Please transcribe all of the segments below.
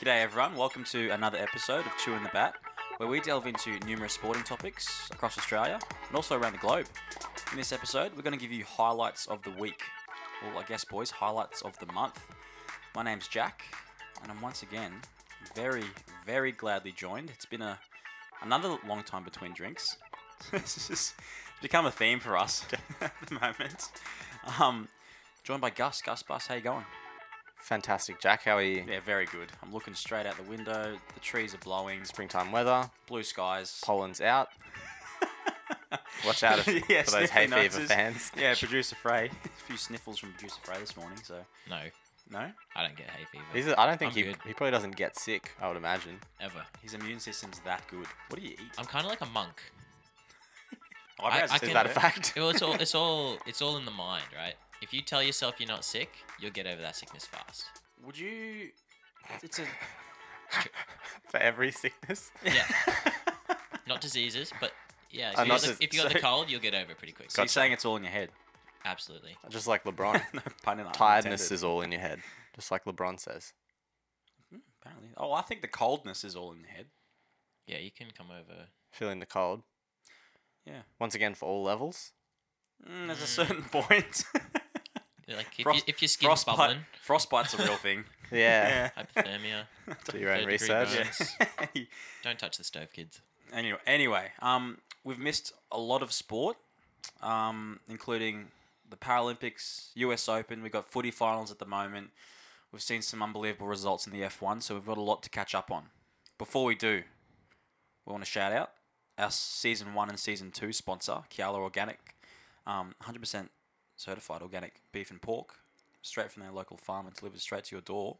G'day, everyone. Welcome to another episode of Chewing the Bat, where we delve into numerous sporting topics across Australia and also around the globe. In this episode, we're going to give you highlights of the week. Well, I guess, boys, highlights of the month. My name's Jack, and I'm once again very, very gladly joined. It's been a another long time between drinks. this has become a theme for us at the moment. Um, joined by Gus. Gus Bus, how you going? Fantastic, Jack. How are you? Yeah, very good. I'm looking straight out the window. The trees are blowing. Springtime weather, Blue skies. pollen's out. Watch out if, Yeah, for those hay sniffing fever noises. fans. Yeah, producer Frey. A few sniffles from producer Frey this morning. So No, no, I don't get hay fever He's a, I don't think I'm he, good. he probably doesn't get sick, I would imagine. ever. his immune system's that good. What do you eat? I'm kind of like a monk. Eyebrows I is can- Is still that a there. fact? Well, It's all, it's all, it's all in the mind, right? If you tell yourself you're not sick, you'll get over that sickness fast. Would you? It's a for every sickness? Yeah, not diseases, but yeah. Uh, Oh, If, you, not got the, dis- if you got the so- cold, you'll get over it pretty quick. So you're saying it's all in your head. Absolutely. Just like LeBron. no pun in that. Tiredness is all in your head, just like LeBron says. apparently. Oh, I think the coldness is all in the head. Yeah, you can come over. Feeling the cold. Yeah. Once again, for all levels. Mm, there's a certain point. Like if, Frost- you, if your skin's Frostbite. bubbling, Frostbite's a real thing. Yeah. hypothermia, Do your own third degree research. burns. Yeah. Don't touch the stove, kids. Anyway, anyway, um, we've missed a lot of sport, um, including the Paralympics, U.S. Open. We've got footy finals at the moment. We've seen some unbelievable results in the F1, so we've got a lot to catch up on. Before we do, we want to shout out our season one and season two sponsor, Kiala Organic, um, 100% certified organic beef and pork, straight from their local farm and delivered straight to your door.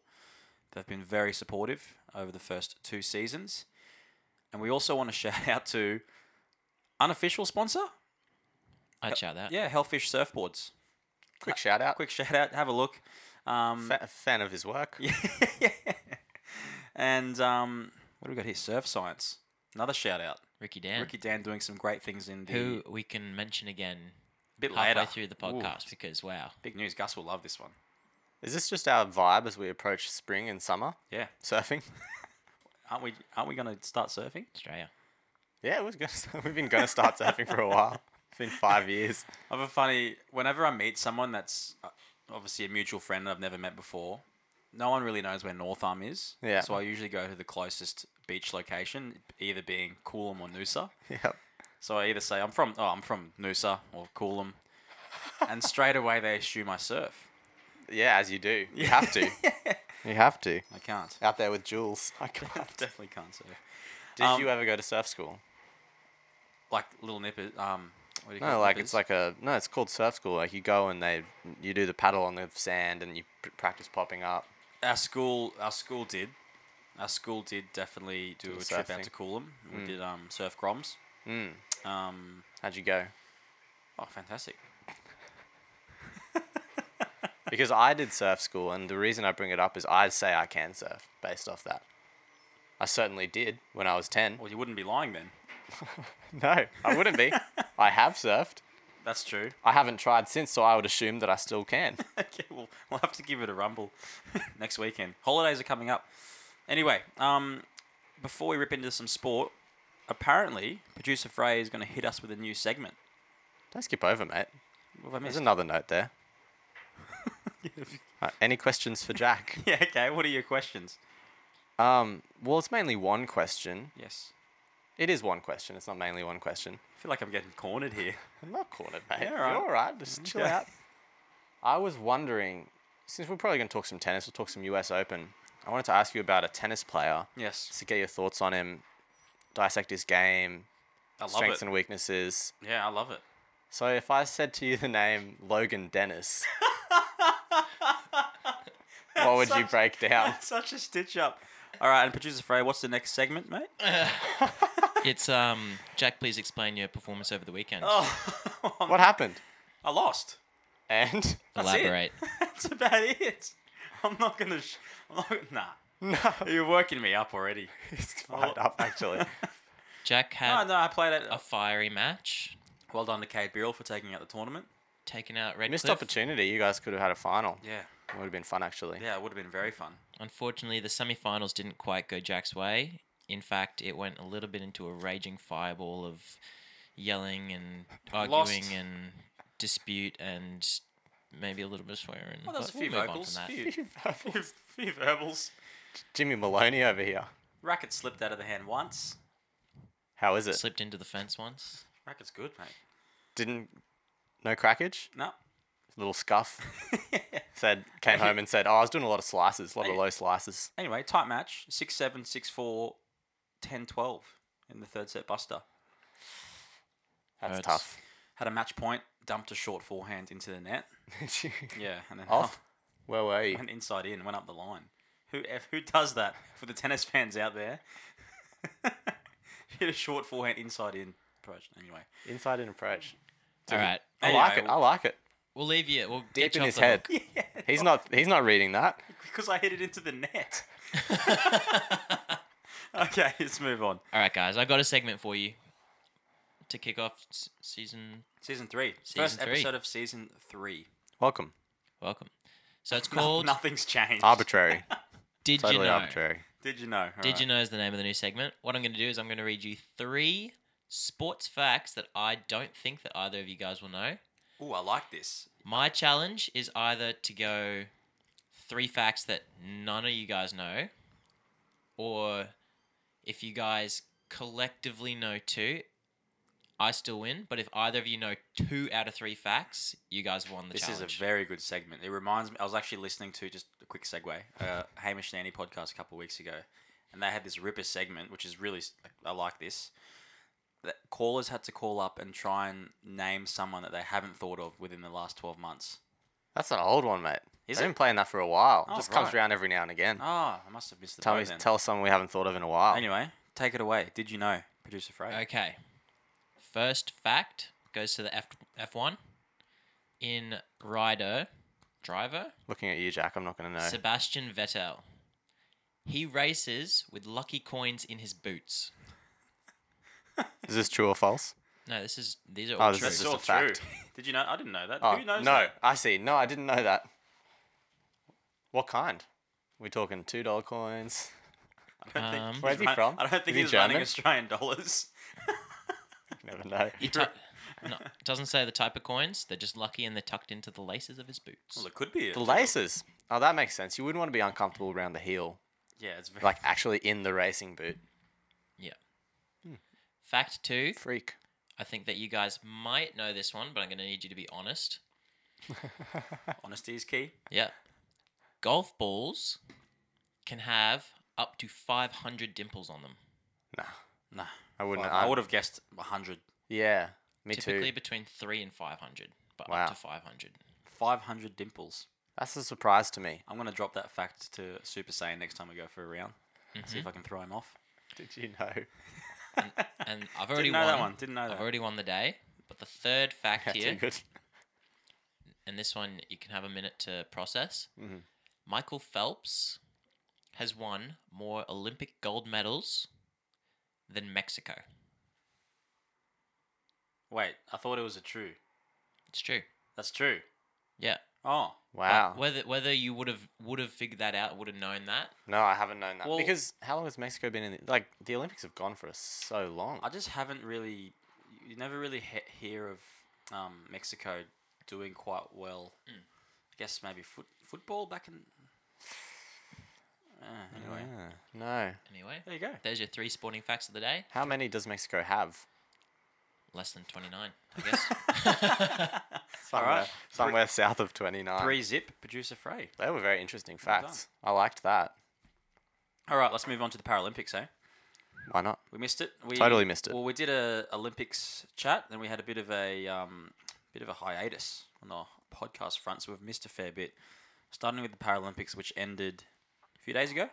They've been very supportive over the first two seasons. And we also want to shout out to unofficial sponsor. I'd shout that. Uh, Yeah, Hellfish Surfboards. Quick shout out. Quick shout out. Have a look. Um, Fa- fan of his work. yeah. And um, what do we got here? Surf Science. Another shout out. Ricky Dan, Ricky Dan doing some great things in the who we can mention again bit halfway later. through the podcast because wow, Big news. Gus will love this one. Is this just our vibe as we approach spring and summer? Yeah. Surfing? Aren't we? Aren't we going to start surfing? Australia. Yeah, we're gonna, we've been going to start surfing for a while. It's been five years. I have a funny. Whenever I meet someone that's uh, obviously a mutual friend that I've never met before, no one really knows where North Arm is. Yeah. So I usually go to the closest beach location, either being Coolum or Noosa. Yep. So I either say I'm from oh I'm from Noosa or Coolum, and straight away they assume I surf. Yeah, as you do. You have to. you have to. I can't. Out there with Jules. I can't. I definitely can't surf. Did Um, you ever go to surf school? Like little nippers. Um. What do you call No, it? like Nippers? it's like a no. It's called surf school. Like you go and they you do the paddle on the sand and you pr- practice popping up. our school our school did our school did definitely do the a trip out surfing. Hmm. to Coolum. We did um, surf groms. Mm. Um, How'd you go? oh, fantastic! Because I did surf school, and the reason I bring it up is I say I can surf based off that. I certainly did when I was ten. Well, you wouldn't be lying then. No, I wouldn't be. I have surfed. That's true. I haven't tried since, so I would assume that I still can. okay, well, we'll have to give it a rumble next weekend. Holidays are coming up. Anyway, um, before we rip into some sport, apparently producer Frey is going to hit us with a new segment. Don't skip over, mate. What have I There's missed? another note there. Uh, any questions for Jack? yeah. Okay. What are your questions? Um, well, it's mainly one question. Yes. It is one question. It's not mainly one question. I feel like I'm getting cornered here. I'm not cornered, mate. Yeah, You're right. all right. Just chill Okay. out. I was wondering, since we're probably going to talk some tennis, we'll talk some U.S. Open. I wanted to ask you about a tennis player, Yes. just to get your thoughts on him, dissect his game, I love strengths it. and weaknesses. Yeah, I love it. So if I said to you the name Logan Dennis, what would you break down? Such a stitch up. All right, and producer Frey, what's the next segment, mate? It's um Jack. Please explain your performance over the weekend. Oh, What happened? I lost. And that's it. Elaborate. That's about it. I'm not gonna. Sh- I'm not. Nah, no, you're working me up already. he's fired up actually. Jack had No, no, I played it. a fiery match, Well done to Cade Birrell for taking out the tournament. taken out Redcliffe. Missed opportunity. You guys could have had a final. Yeah, Would have been fun actually. Yeah, it would have been very fun. Unfortunately, the semifinals didn't quite go Jack's way. In fact, it went a little bit into a raging fireball of yelling and arguing Lost. and dispute and maybe a little bit of swearing. Well, there was but a few we'll move on vocals, from that. few, few, few verbals. Jimmy Maloney over here. Racket slipped out of the hand once. How is it? Slipped into the fence once. Racket's good, mate. Didn't no crackage. No. Little scuff. Said came home and said, "Oh, I was doing a lot of slices, a lot of low slices." anyway, tight match. 6 7, 6 4, 10 12 in the third set buster. That's Hurts. tough. Had a match point, dumped a short forehand into the net. Yeah, and then Off. Where were you? went inside in, went up the line. Who if, who does that for the tennis fans out there? Hit a short forehand inside in approach. Anyway, Inside and approach. All right. I Anyway, like it. I like it. We'll leave you. We'll Deep get you in off his the head. hook. yeah, He's not. He's not reading that. because I hit it into the net. okay, let's move on. All right, guys. I got a segment for you to kick off s- season. Season three, Season first three. episode of season three. Welcome. Welcome. So it's No- called nothing's changed. Arbitrary. Did totally You Know? arbitrary. Did you know? All Did right. you know is the name of the new segment? What I'm going to do is I'm going to read you three sports facts that I don't think that either of you guys will know. Ooh, I like this. My challenge is either to go three facts that none of you guys know, or if you guys collectively know two, I still win. But if either of you know two out of three facts, you guys have won the This challenge. is a very good segment. It reminds me. I was actually listening to just a quick segue, uh, Hamish and Andy podcast a couple of weeks ago, and they had this ripper segment, which is really s- I like this. That callers had to call up and try and name someone that they haven't thought of within the last twelve months. That's an old one, mate. Is I've it? been playing that for a while. Oh, Just right. comes around every now and again. Ah, I must have missed the tell boat me, then. tell us someone we haven't thought of in a while. Anyway, take it away. Did you know, producer Frey? Okay. First fact goes to the F F1. In rider, driver, Looking at you, Jack. I'm not going to know. Sebastian Vettel. He races with lucky coins in his boots. Is this true or false? No, this is these are Oh, all this true. is That's just all a fact. true. Did you know? I didn't know that. Oh, Who knows? no, that? I see. No, I didn't know that. What kind? we talking two dollar coins. I don't think Um, he's Where's he run- from? I don't think Is he he's running German? Australian dollars. Never know. You tu- no, it doesn't say the type of coins. They're just lucky and they're tucked into the laces of his boots. Oh, Well, it could be. The laces. Oh, that makes sense. You wouldn't want to be uncomfortable around the heel, Yeah, it's very. like actually in the racing boot. Yeah. Hmm. Fact two. Freak. I think that you guys might know this one, but I'm going to need you to be honest. Honesty is key. Yeah. Golf balls can have up to 500 dimples on them. Nah, Nah, I wouldn't. I would have guessed 100. Yeah, me Typically too. between 3 and 500, but Wow. up to 500. 500 dimples. That's a surprise to me. I'm going to drop that fact to Super Saiyan next time we go for a round. See if I can throw him off. Did you know? And I've already Didn't know won. that one. Didn't know I've that. already won the day. But the third fact That's a here, good. and this one you can have a minute to process. Mm-hmm. Michael Phelps has won more Olympic gold medals than Mexico. Wait, I thought it was a true. It's true. That's true. Yeah. Oh. But Wow. Whether whether you would have would have figured that out, would have known that. No, I haven't known that Well- because how long has Mexico been in? The, like the Olympics have gone for so long. I just haven't really. You never really he- hear of um, Mexico doing quite well. I guess maybe foot, football back in. Uh, anyway, Yeah, no. Anyway, there you go. there's your three sporting facts of the day. How many does Mexico have? Less than twenty nine, I guess. Somewhere, right. somewhere south of twenty nine. Three zip, producer Frey. They were very interesting Well facts. I liked that. All right, let's move on to the Paralympics, eh? Why not? We missed it. We Totally missed it. Well, we did a Olympics chat, then we had a bit of a um, bit of a hiatus on the podcast front, so we've missed a fair bit. Starting with the Paralympics, which ended a few days ago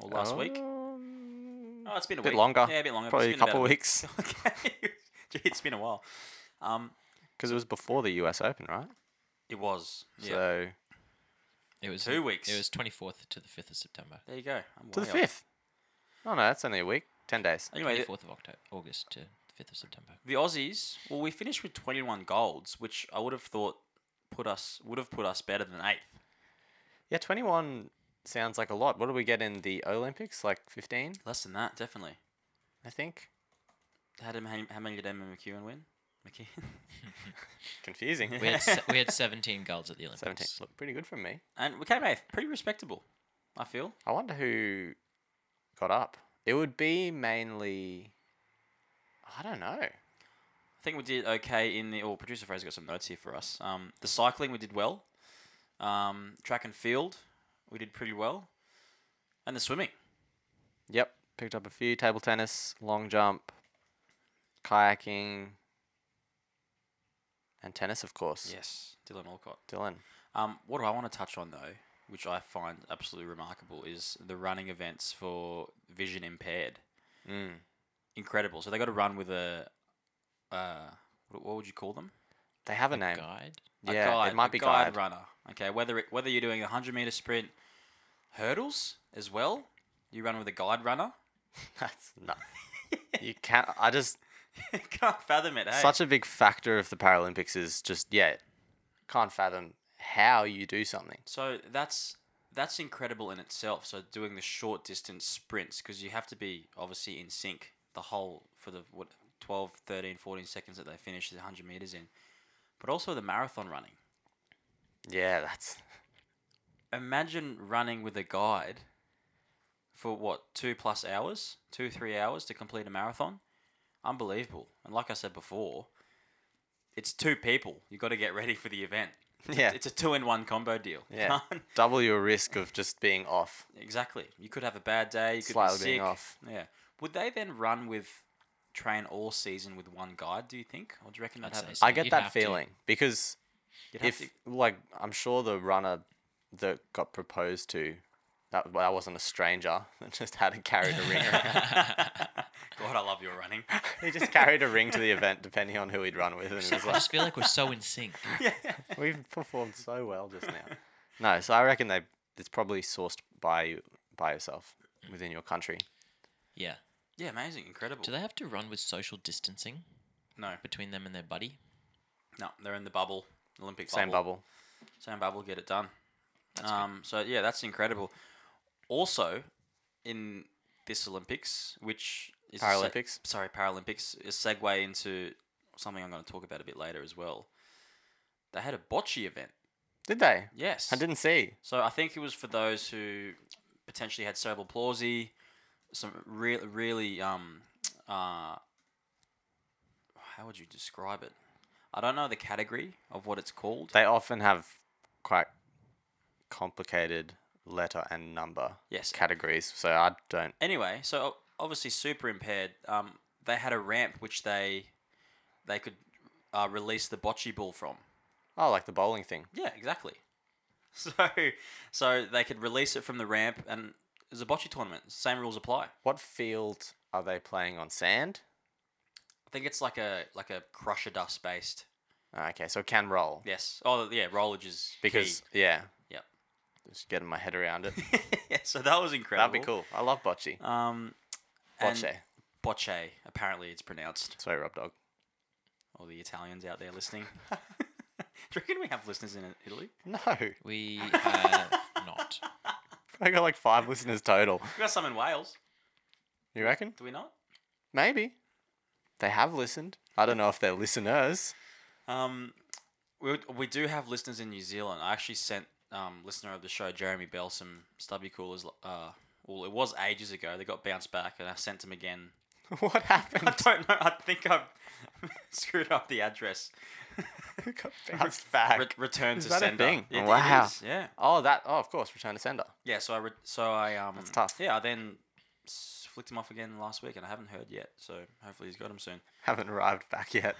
or last week. Um, Oh, it's been a, a bit week. longer. Yeah, a bit longer. but Oh, Probably a it's been about couple weeks okay, Gee, it's been a while. Um, because it was before the U.S. Open, right? it was. Yeah. So it was Two weeks. It was twenty fourth to the fifth of September, there you go. I'm to the way off. fifth. Oh no, that's only a week. Ten days. Anyway, twenty th- fourth of October, August to the fifth of September. the Aussies. Well, we finished with 21 golds, which I would have thought put us would have put us better than eighth. Yeah, 21 sounds like a lot. What do we get in the Olympics? Like 15, Less than that, definitely. I think. How, did, how, how many did Emma McEwen win? McKeon? Confusing. We had se- we had 17 golds at the Olympics. 17. Look, pretty good from me. and we came eighth. Pretty respectable, I feel. I wonder who got up. It would be mainly. I don't know. I think we did okay in the. Or producer Fraser got some notes here for us. Um, the cycling we did well. Um, track and field we did pretty well, and the swimming. Yep. Picked up a few table tennis, long jump, kayaking, and tennis, of course. Yes, Dylan Olcott. Dylan. Um, what do I want to touch on though, which I find absolutely remarkable, is the running events for vision impaired. Mm. Incredible. So they got to run with a, uh, what, what would you call them? They have a, A name. guide. A Yeah, guide, it might a be guide, guide. runner. Okay, whether it, whether you're doing a hundred meter sprint, hurdles as well, you run with a guide runner. That's not. you can't. I just Can't fathom it. Hey? such a big factor of the Paralympics is just yeah, can't fathom how you do something. So that's that's incredible in itself. So doing the short distance sprints because you have to be obviously in sync the whole for the what 12, 13, 14 seconds that they finish the 100 meters in. But also the marathon running. Yeah, that's Imagine running with a guide for what, 2 plus hours, 2 3 hours to complete a marathon. Unbelievable. And like I said before, it's two people. You got to get ready for the event. yeah, It's a two in one combo deal. yeah. Can't- Double your risk of just being off, Exactly. You could have a bad day. You could slightly be being sick. off. Yeah. Would they then run with train all season with one guide? Do you think, or do you reckon I'd that say happens? so. I get you'd that have to- feeling because You'd have if to- like I'm sure the runner that got proposed to, that well, that wasn't a stranger that just had and carried a ring around. God, I love your running. he just carried a ring to the event depending on who he'd run with, and it was I like just feel like we're so in sync. We've performed so well just now. No, so I reckon they it's probably sourced by you by yourself within your country. Yeah. Yeah, amazing, incredible. Do they have to run with social distancing no, between them and their buddy? no, they're in the bubble, Olympic bubble. Same bubble. Same bubble. Get it done. That's good. Um, so yeah, that's incredible. Also, in this Olympics, which is a se- Paralympics. sorry, Paralympics, a segue into something I'm going to talk about a bit later as well. They had a bocce event. Did they? Yes, I didn't see. So I think it was for those who potentially had cerebral palsy, some really, really, um, uh, how would you describe it? I don't know the category of what it's called. They often have quite complicated letter and number Yes. categories, so I don't Anyway, so o- obviously super impaired. Um, they had a ramp which they they could uh, release the bocce ball from. Oh, like the bowling thing. Yeah, exactly. So so they could release it from the ramp, and it was a bocce tournament. Same rules apply. What field are they playing on sand? I think it's like a like a crusher dust based Ah, Okay, so it can roll. Yes. Oh, yeah. Rollage is Because yeah. Yep. Just getting my head around it. key. yeah, so that was incredible. That'd be cool. I love bocce. Um, and Bocce. Bocce. Apparently, it's pronounced. Sorry, Rob Dog. All the Italians out there listening. Do you reckon we have listeners in Italy? No. We are not. I got like five listeners total. We got some in Wales. You reckon? Do we not? Maybe. They have listened. I don't know if they're listeners. Um, we we do have listeners in New Zealand. I actually sent um listener of the show Jeremy Bell some stubby coolers. Uh, well, it was ages ago. They got bounced back, and I sent them again. what I happened? don't know. I think I've screwed up the address. Got bounced back. Re- return Is to that a sender. thing? It- it Wow. is, yeah. oh, that. Oh, of course, return to sender. Yeah. So I re- so I um. That's tough. Yeah. I then s- flicked him off again last week, and I haven't heard yet. So hopefully he's got him soon. Haven't arrived back yet.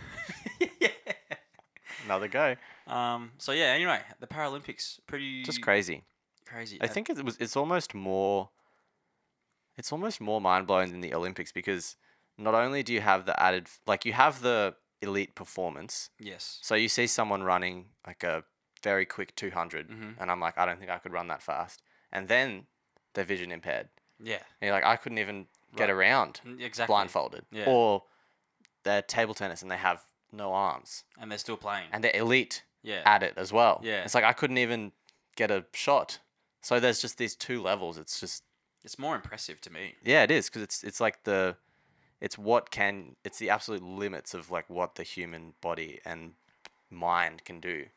Another go. Um. So yeah. Anyway, the Paralympics pretty Just crazy. crazy. I Uh, think it was. It's almost more. It's almost more mind blowing than the Olympics because not only do you have the added, like you have the elite performance, yes. So you see someone running like a very quick 200, Mhm. and I'm like, I don't think I could run that fast. And then they're vision impaired. Yeah. And you're like, I couldn't even get Right. around n- Exactly. blindfolded. Yeah. Or they're table tennis and they have no arms. And they're still playing. And they're elite yeah. at it as well. Yeah. It's like, I couldn't even get a shot. So there's just these two levels. It's just It's more impressive to me. yeah, it is because it's it's like the it's what can it's the absolute limits of like what the human body and mind can do.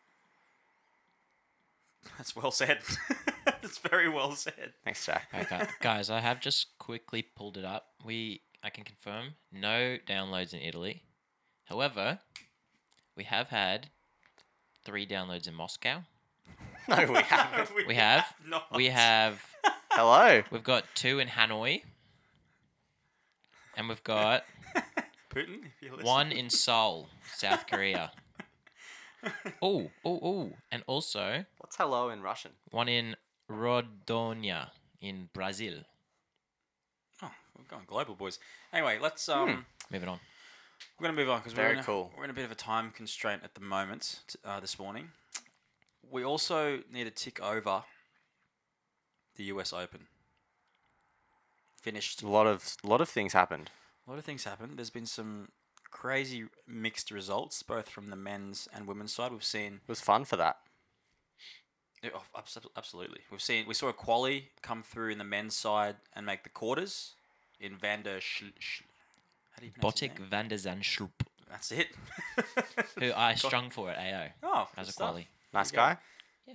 That's well said. That's very well said. Thanks, Jack. Okay, guys, I have just quickly pulled it up. We I can confirm no downloads in Italy. However, we have had three downloads in Moscow. no, we haven't. We have. not. We have Hello. we've got two in Hanoi. And we've got Putin. If you listen. one in Seoul, South Korea. Oh, oh, oh. And also What's hello in Russian? one in Rodonia in Brazil. Oh, we're going global, boys. Anyway, let's um. Moving on. We're gonna move on because we're, Very in a- cool. we're in a bit of a time constraint at the moment t- uh, this morning. We also need to tick over the U.S. Open. Finished. A lot of lot of things happened. A lot of things happened. There's been some crazy mixed results, both from the men's and women's side. We've seen It was fun for that. Yeah, oh, abs- absolutely. We've seen we saw a quali come through in the men's side and make the quarters in Vander Sch- Sch- how do you pronounce his Botic name? van der Zandschulp, That's it. who I strung for at AO oh, good as a stuff. quali. Nice you go. guy. Yeah.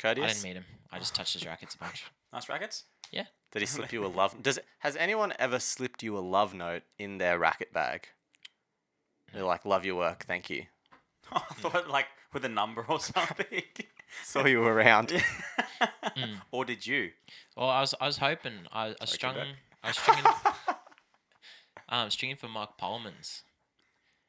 Courteous. I didn't meet him. I just touched his rackets a bunch. Nice rackets. Yeah. Did he slip you a love? Does has anyone ever slipped you a love note in their racket bag? They're like, "Love your work, thank you." I thought like with a number or something. Saw you around. Mm. Or did you? Well, I was I was hoping I, I strung Quebec. I was stringing um stringing for Mark Polman's,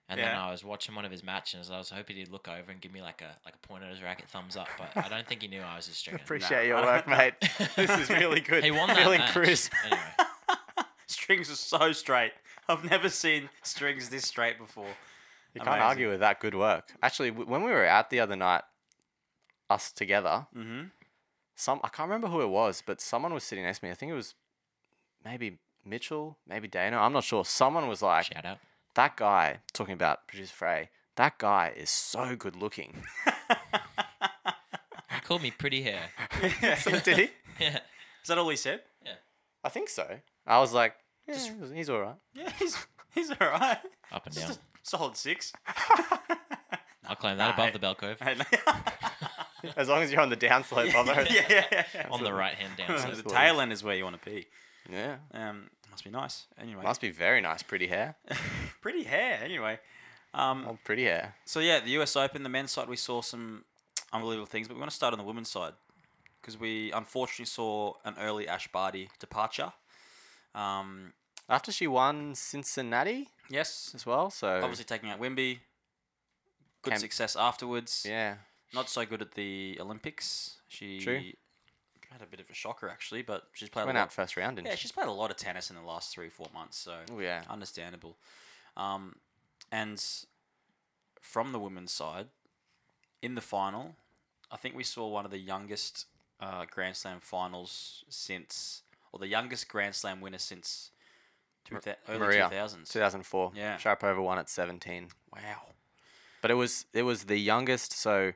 and then Yeah. I was watching one of his matches. I was hoping he'd look over and give me like a like a point at his racket, thumbs up. But I don't think he knew I was just stringing. Appreciate I your don't work, mate. This is really good. He won that Feeling match. crisp. Anyway, Strings are so straight. I've never seen strings this straight before. You can't argue with that good work. Actually, w- when we were out the other night, us together, Mm-hmm. some I can't remember who it was, but someone was sitting next to me. I think it was maybe Mitchell, maybe Dana. I'm not sure. Someone was like, shout out. "That guy talking about producer Frey. That guy is so good looking." He called me pretty hair. Did he? Yeah. Is that all he said? I think so. I was like, yeah, he's- he's all right. Yeah, he's he's all right. Up and down. Just a solid six. I'll claim that Nah, above the bell curve And- As long as you're on the downslope of yeah, it. yeah, yeah. on the right hand down. So side. the tail end is where you want to be. Yeah. Um, must be nice. Anyway, Must be very nice, pretty hair. pretty hair. Anyway, um, Oh, pretty hair. so yeah, the U.S. Open, the men's side, we saw some unbelievable things, but we want to start on the women's side because we unfortunately saw an early Ash Barty departure. Um, After she won Cincinnati yes, as well, so obviously taking out Wimby. Good Cam- success afterwards. yeah, Not so good at the Olympics. She True. had a bit of a shocker actually, but she's played went a lot. out first round. Didn't Yeah, she? she's played a lot of tennis in the last three, four months, so Oh yeah. understandable. Um, and from the women's side, in the final, I think we saw one of the youngest uh, Grand Slam finals since, or the youngest Grand Slam winner since two thou- early Maria. 2000s. 2004. Yeah. Sharapova won at 17. Wow. But it was it was the youngest. So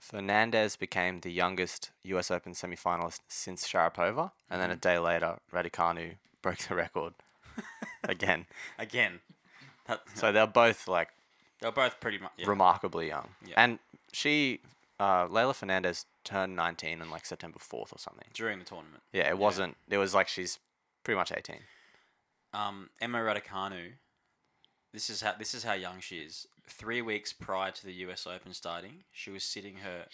Fernandez became the youngest U.S. Open semifinalist since Sharapova, and then a day later, Raducanu broke the record again. Again, that, So they're both like they're both pretty much. Yeah. remarkably young. Yeah. And she, uh, Layla Fernandez, turned 19 on like September 4th or something. During the tournament, Yeah, it wasn't. It was like she's pretty much 18. um, Emma Raducanu. This is how this is how young she is. Three weeks prior to the U.S. Open starting, she was sitting her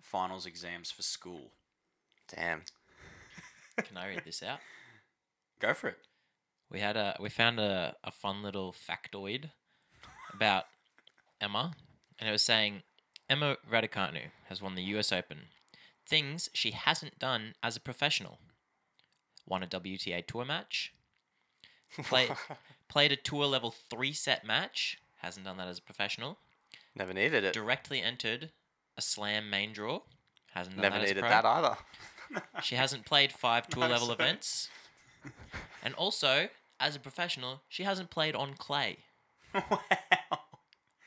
finals exams for school. Damn. Can I read this out? Go for it. We had a we found a, a fun little factoid about Emma, and it was saying Emma Raducanu has won the U.S. Open. Things she hasn't done as a professional: won a WTA tour match, played played a tour level three set match. Hasn't done that as a professional. Never needed it. Directly entered a slam main draw. Hasn't done Never that as a needed pro. that either. She hasn't played five tour level sorry. events. And also, as a professional, she hasn't played on clay. wow.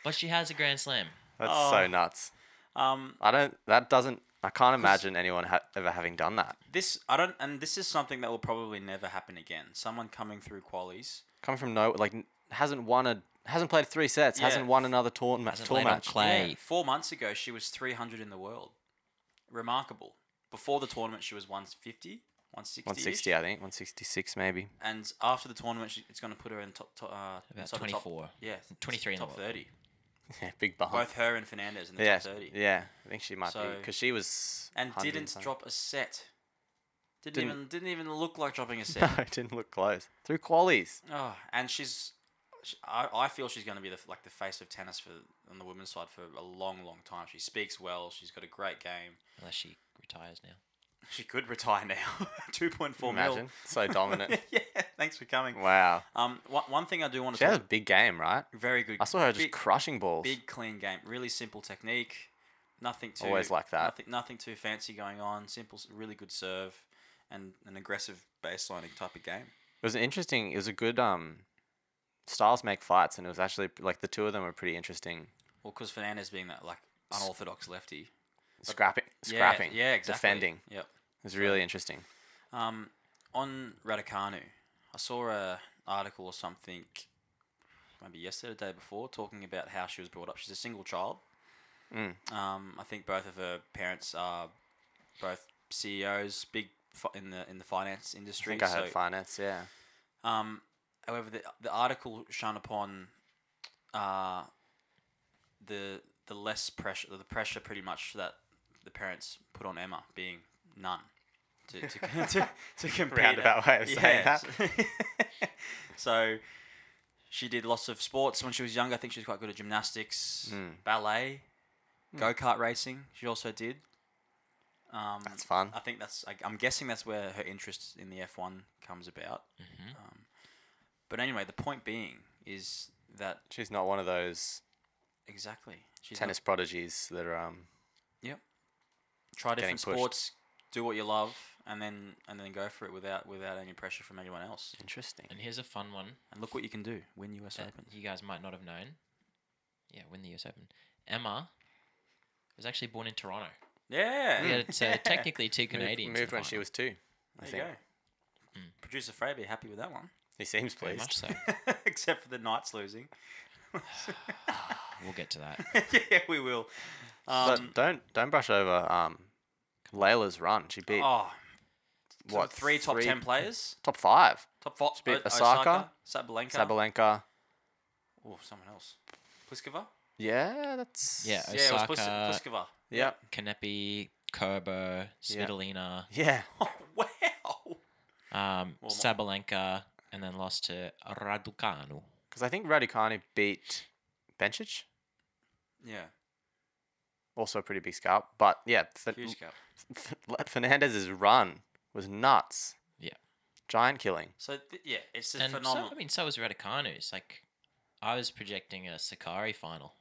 But she has a Grand Slam. That's Oh. so nuts. Um, I don't. That doesn't. I can't imagine anyone ha- ever having done that. This I don't, and this is something that will probably never happen again. Someone coming through qualies, Coming from no, like n- hasn't won a, hasn't played three sets, Yeah. hasn't won another tour, ma- Hasn't tour laid on match. clay. Yeah, four months ago, she was 300 in the world. Remarkable. Before the tournament, she was 150, 160. 160, I think, 166 maybe. And after the tournament, she, it's going to put her in top. top uh, About inside the 24. Top, yeah, 23 in the Top world. 30. Yeah, big bump. Both her and Fernandez in the yeah, top 30. yeah. I think she might be So- because she was And 100 didn't something. drop a set. Didn't, Didn't- even didn't even look like dropping a No, set. it didn't look close through qualies. oh, and she's. sh I, I feel she's going to be the, f- like the face of tennis for on the women's side for a long, long time. She speaks well. She's got a great game. Unless she retires now. She could retire now. Two point four mil. Imagine so dominant. yeah, thanks for coming. wow, Um, one, one thing I do want she to has a talk big game, right? very good. I saw her just big, crushing balls. big clean game. Really simple technique. Nothing too Always like that. Nothing, nothing too fancy going on. Simple, s- really good serve, and an aggressive baselining type of game. It was an interesting. It was a good. Um, styles make fights, and it was actually like the two of them were pretty interesting. Well, because Fernandez being that like unorthodox lefty, Scrapping, Yeah, scrapping, yeah, exactly. defending. It Yep. was really interesting. Um, on Raducanu, I saw a article or something, maybe yesterday, the day before, talking about how she was brought up. She's a single child. Mm. Um, I think both of her parents are both CEOs, big fi- in the in the finance I industry. think I heard so, finance. Yeah, um, however, the, the article shone upon uh, the the less pressure, the pressure pretty much that the parents put on Emma being none to to, to, to compete. Roundabout way of saying that. so she did lots of sports when she was younger. I think she was quite good at gymnastics, Mm. ballet, Hmm. go kart racing. She also did. Um, that's fun. I think that's. I, I'm guessing that's where her interest in the F1 comes about. Um, but anyway, the point being is that She's not one of those exactly. She's tennis prodigies that are. Um, not- try getting different pushed. sports, do what you love, and then and then go for it without without any pressure from anyone else. interesting. And here's a fun one And look what you can do. Win US that Open. you guys might not have known. Yeah, win the US Open. Emma was actually born in Toronto. Yeah. Yeah, uh, so technically two Canadians. in Mm. moved, the moved when she final. was two. I There you think go. Producer Frey be happy with that one, he seems Very much pleased. so. except for the Knights losing. We'll get to that. yeah, we will. But Um, don't don't brush over um, Layla's run. She beat oh, so what three top ten players, top five. top five. bit O- Osaka, Sabalenka, Sabalenka. Oh, someone else. Pliskova? Yeah, that's Yeah, Yeah, it was Plis- Osaka. Pliskova. yeah, Kanepi, Kerber, Svitolina, yeah. Oh, wow. um, Well, my- Sabalenka, and then lost to Raducanu. Because I think Radicani beat Benchich, Yeah, also a pretty big scalp. But yeah, F- huge gap. Fernandez's run was nuts. Yeah. Giant killing. So, th- yeah, it's just And phenomenal. so, I mean, so was Raducanu. It's like I was projecting a Sakari final.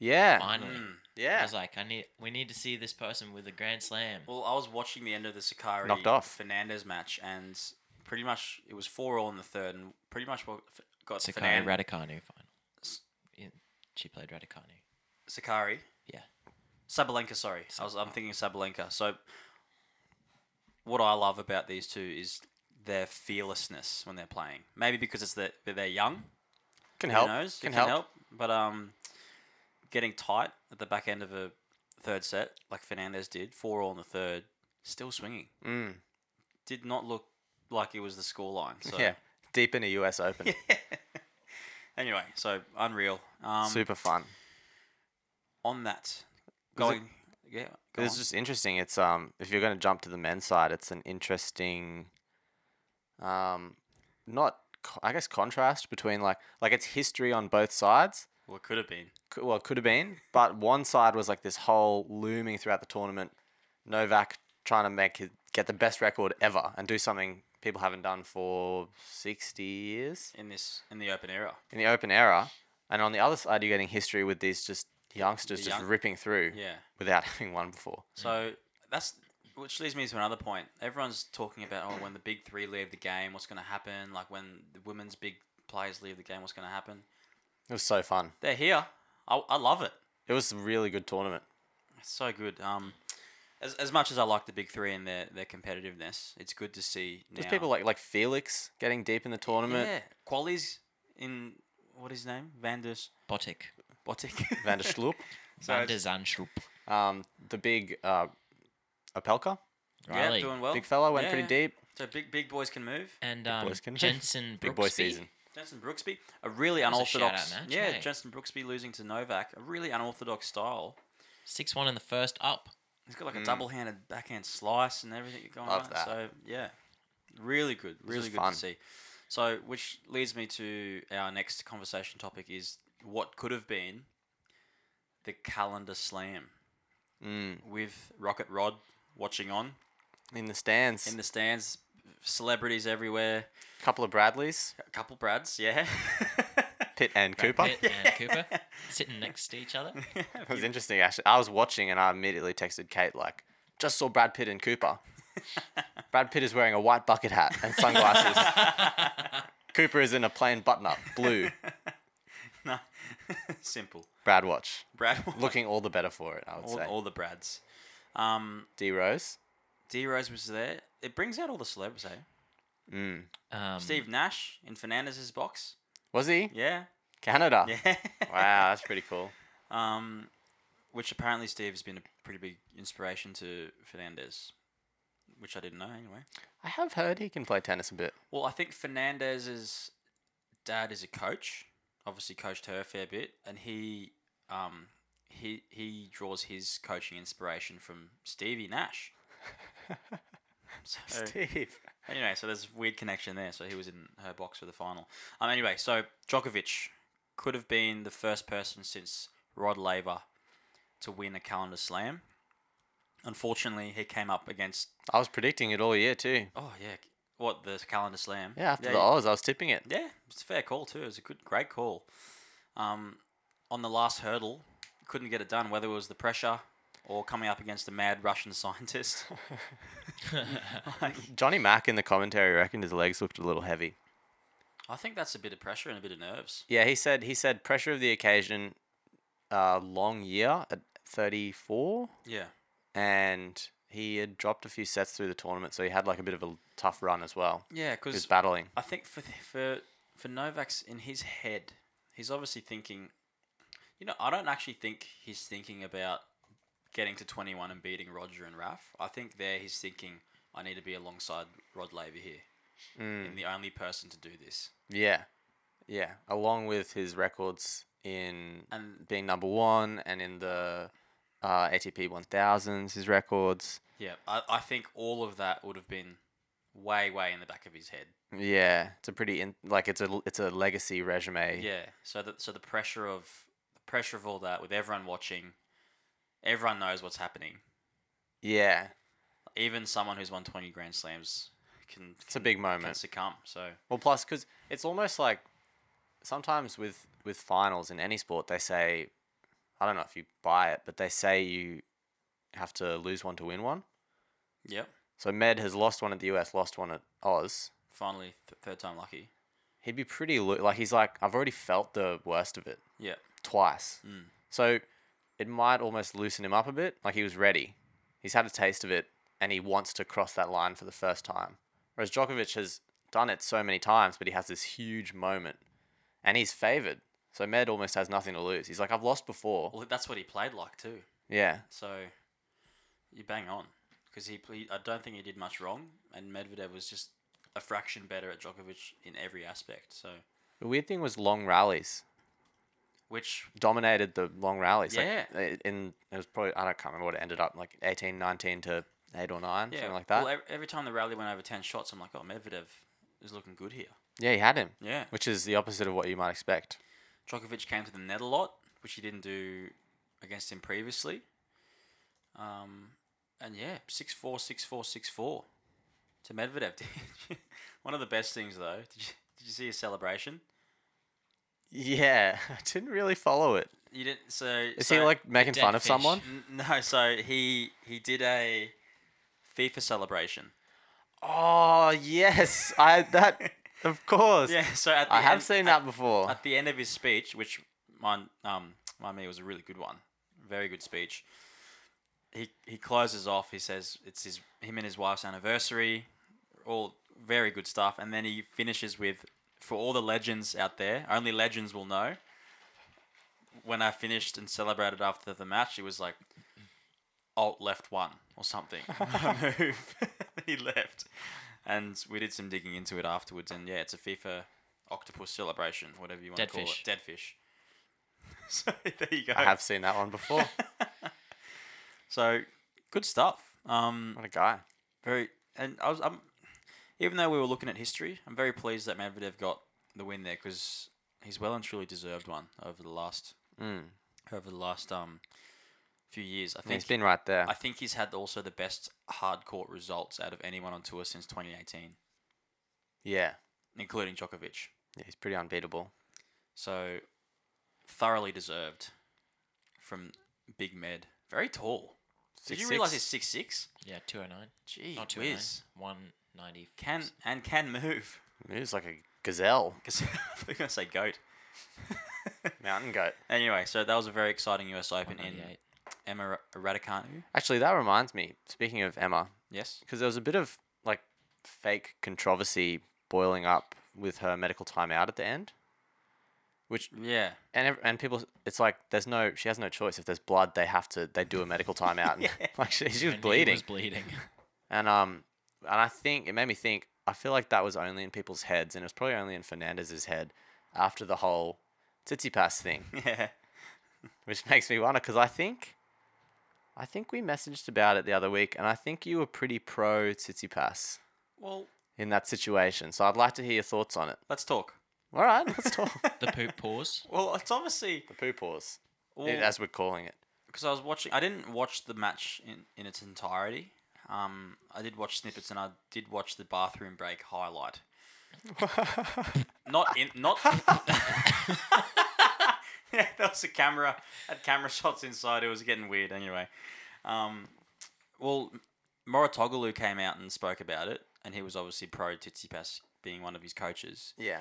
Yeah. Finally, Mm. I Yeah. was like, I need, we need to see this person with a grand slam. Well, I was watching the end of the Sakari Knocked off. Fernandez match, and pretty much it was 4 all in the third, and pretty much what f- got Sakari Sakari. Raducanu final. S- Yeah, She played Raducanu. Sakari? Yeah. Sabalenka, sorry. I was, I'm thinking of Sabalenka. So, what I love about these two is their fearlessness when they're playing. Maybe because it's that they're young, Can Who help. knows? It Can, help. But um, getting tight at the back end of a third set, like Fernandez did, four all in the third, still swinging. Mm. Did not look like it was the scoreline. So. Yeah. Deep in a US Open. Anyway, so unreal. Um, Super fun. On that, Was it- going. yeah. Go It's on. just interesting. It's um if you're going to jump to the men's side, it's an interesting um not co- I guess contrast between like like it's history on both sides. well, it could have been. Cou- well, it could have been, but one side was like this whole looming throughout the tournament. Novak trying to make his, get the best record ever and do something people haven't done for 60 years In this, in the open era, in the open era. And on the other side, you're getting history with these just youngsters The just young- ripping through yeah. without having won before. So that's which leads me to another point. Everyone's talking about oh, when the big three leave the game, what's going to happen? Like when the women's big players leave the game, what's going to happen? It was so fun. They're here. I, I love it. It was a really good tournament. It's so good. Um, As, as much as I like the big three and their, their competitiveness, it's good to see now. There's people like like Felix getting deep in the tournament. yeah, Quali's in what is his name? Vanders Botic. Botic. Van der Sloop. So Van der it's- Zandschulp. Um, the big uh, Opelka, yeah, Riley. doing well. big fella, went Yeah, pretty yeah. deep. So big big boys can move. and um, boys can- Jensen Brooksby. Big boy season. Jensen Brooksby, a really That was a unorthodox. shout-out match, yeah, hey. Jensen Brooksby losing to Novak, a really unorthodox style. 6 1 in the first up. He's got like a Mm. double-handed backhand slice and everything going Love on. that. So yeah, really good, is really good fun. to see. So which leads me to our next conversation topic is what could have been the calendar slam Mm. with Rocket Rod watching on In the stands, in the stands, celebrities everywhere, couple of Bradleys, a couple Brads, yeah, Pitt and Cooper. Pitt and Cooper sitting next to each other. It was interesting actually. I was watching and I immediately texted Kate like, just saw Brad Pitt and Cooper. Brad Pitt is wearing a white bucket hat and sunglasses. Cooper is in a plain button up, blue no, simple. Brad watch. Brad, Looking all the better for it, I would all, say. all the Brads. Um, D Rose. D Rose was there. It brings out all the celebs, eh? Mm. Um, Steve Nash in Fernandez's box. Was he? Yeah. Canada. Yeah. Wow, that's pretty cool. um, which apparently Steve has been a pretty big inspiration to Fernandez, which I didn't know anyway. I have heard he can play tennis a bit. Well, I think Fernandez's dad is a coach. Obviously, coached her a fair bit, and he, um, he he draws his coaching inspiration from Stevie Nash. So- Steve. Anyway, so there's a weird connection there. So he was in her box for the final. Um. Anyway, so Djokovic could have been the first person since Rod Laver to win a calendar slam. Unfortunately, he came up against I was predicting it all year too. oh yeah, what the calendar slam? Yeah, after yeah, the Oz, I was tipping it. yeah, it's a fair call too. It was a good, great call. Um, on the last hurdle, couldn't get it done. Whether it was the pressure or coming up against a mad Russian scientist. Like, Johnny Mack in the commentary reckoned his legs looked a little heavy. I think that's a bit of pressure and a bit of nerves. Yeah, he said he said pressure of the occasion, uh, long year at thirty four, Yeah. and he had dropped a few sets through the tournament, so he had like a bit of a tough run as well. Yeah, He was because battling. I think for th- for for Novak's in his head, he's obviously thinking. You know, I don't actually think he's thinking about getting to twenty one and beating Roger and Raf. I think there he's thinking, I need to be alongside Rod Laver here, Mm, and the only person to do this. yeah, yeah. Along with his records in And being number one and in the uh, ATP one thousands, his records. yeah, I, I think all of that would have been way way in the back of his head. Yeah, it's a pretty in, like it's a it's a legacy resume. Yeah. So that so the pressure of the pressure of all that with everyone watching, everyone knows what's happening. yeah. Even someone who's won twenty Grand Slams can It's a big moment. can succumb. So Well, plus because it's almost like sometimes with with finals in any sport, they say, I don't know if you buy it, but they say you have to lose one to win one. yep, So Med has lost one at the US, lost one at Oz. finally th- third time lucky. He'd be pretty lo- like he's like I've already felt the worst of it Yeah, twice, Mm. so it might almost loosen him up a bit. Like he was ready, he's had a taste of it, and he wants to cross that line for the first time. Whereas Djokovic has done it so many times, but he has this huge moment, and he's favored. So Med almost has nothing to lose. He's like, I've lost before. well that's what he played like too. Yeah, So you bang on because he, pl- he I don't think he did much wrong, and Medvedev was just a fraction better at Djokovic in every aspect. So the weird thing was long rallies which dominated the long rallies. Yeah. like, i- in it was probably I don't can't remember what it ended up like 18, 19 to eight or nine, yeah, something like that. Well, ev- every time the rally went over ten shots, I'm like, oh, Medvedev is looking good here. yeah, he had him, Yeah, which is the opposite of what you might expect. Djokovic came to the net a lot, which he didn't do against him previously. Um, and yeah, 6 4, 6 4, 6 4 to Medvedev. Did you- One of the best things, though, did you, did you see his celebration? Yeah, I didn't really follow it. You didn't, so. Is so, he like making dead fun of fish. someone? N- No, so he he did a FIFA celebration. Oh yes, I that of course. Yeah, so at the I have end- seen at- that before. at the end of his speech, which mine, um, mine me was a really good one, very good speech. he he closes off. He says it's his him and his wife's anniversary. All very good stuff. And then he finishes with, "For all the legends out there, only legends will know." When I finished and celebrated after the match, it was like alt left one or something. Move. he left, and we did some digging into it afterwards. And yeah, it's a FIFA octopus celebration, whatever you want Dead to call fish. it. Dead fish. so there you go. I have seen that one before. So good stuff. Um, what a guy. very, and I was, um, even though we were looking at history, I'm very pleased that Medvedev got the win there because he's well and truly deserved one over the last Mm. over the last um few years. I And he's think been right there. I think he's had also the best hard court results out of anyone on tour since 2018, yeah. including Djokovic. Yeah, he's pretty unbeatable. So thoroughly deserved from Big Med. Very tall. Did you 6'6". realize he's six six? Yeah, 209. Gee Not 209. whiz. 190. Can and can move. Moves like a gazelle, Because we're gonna say goat. mountain goat. Anyway, so that was a very exciting U.S. Open in 198. Emma Ra- Raducanu. Actually, that reminds me. Speaking of Emma, Yes. because there was a bit of like fake controversy boiling up with her medical timeout at the end, which Yeah. and ev- and people, it's like there's no she has no choice. If there's blood, they have to they do a medical timeout. and, Yeah. Like she, she was And he bleeding, was bleeding. and um, and I think it made me think. I feel like that was only in people's heads, and it was probably only in Fernandez's head after the whole Titsy Pass thing. Yeah. which makes me wonder because I think, I think we messaged about it the other week, and I think you were pretty pro Tsitsipas Well, in that situation. So I'd like to hear your thoughts on it. let's talk. All right, let's talk. the poop pause. Well, it's obviously the poo pause, i- well, as we're calling it. because I was watching. I didn't watch the match in, in its entirety. Um, I did watch snippets, and I did watch the bathroom break highlight. Not in not. yeah, there was a camera. Had camera shots inside. It was getting weird. Anyway, um, well, Moratoglou came out and spoke about it, and he was obviously pro Tsitsipas being one of his coaches. Yeah,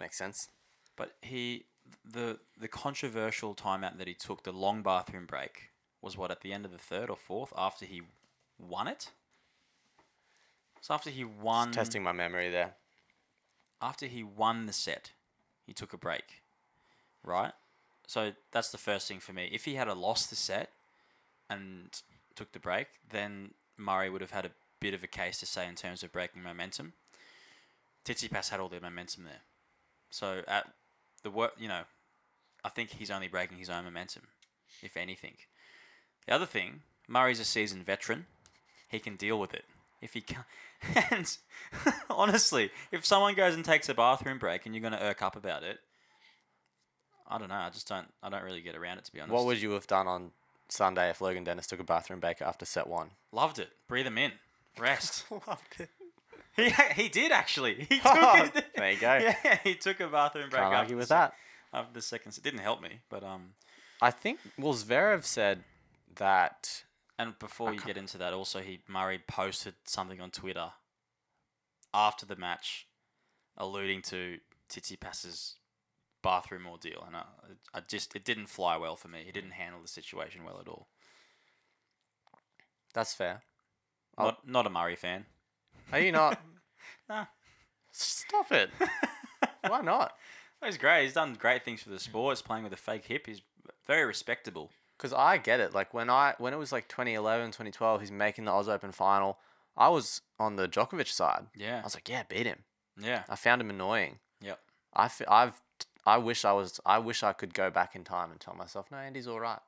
makes sense. But he, the the controversial timeout that he took, the long bathroom break, was what at the end of the third or fourth after he won it. So after he won, Just testing my memory there. after he won the set, he took a break, right? So that's the first thing for me. If he had a lost the set and took the break, then Murray would have had a bit of a case to say in terms of breaking momentum. Tsitsipas had all their momentum there. So at the work, you know, I think he's only breaking his own momentum, if anything. The other thing, Murray's a seasoned veteran. He can deal with it. If he can, and honestly, if someone goes and takes a bathroom break and you're going to irk up about it, I don't know. I just don't. I don't really get around it to be honest. What would you have done on Sunday if Logan Dennis took a bathroom break after set one? Loved it. Breathe him in. Rest. Loved it. he, he did actually. He took Oh, it. there you go. Yeah, he took a bathroom break. Can't after argue the with sec- that. After the second, it didn't help me, but um, I think well Zverev said that and before you get into that, also he Murray posted something on Twitter after the match, alluding to Titsipas's bathroom ordeal, and I, I just it didn't fly well for me. He didn't handle the situation well at all. that's fair. I'll- Not not a Murray fan. Are you not? Nah. Ah. Stop it. Why not? He's great. He's done great things for the sport. He's playing with a fake hip. He's very respectable. Because I get it. Like when I when it was like 2011, 2012, he's making the Oz Open final. I was on the Djokovic side. I Yeah. was like, yeah, beat him. Yeah. I found him annoying. Yep. I f- I've I wish I was I wish I could go back in time and tell myself, no, Andy's all right.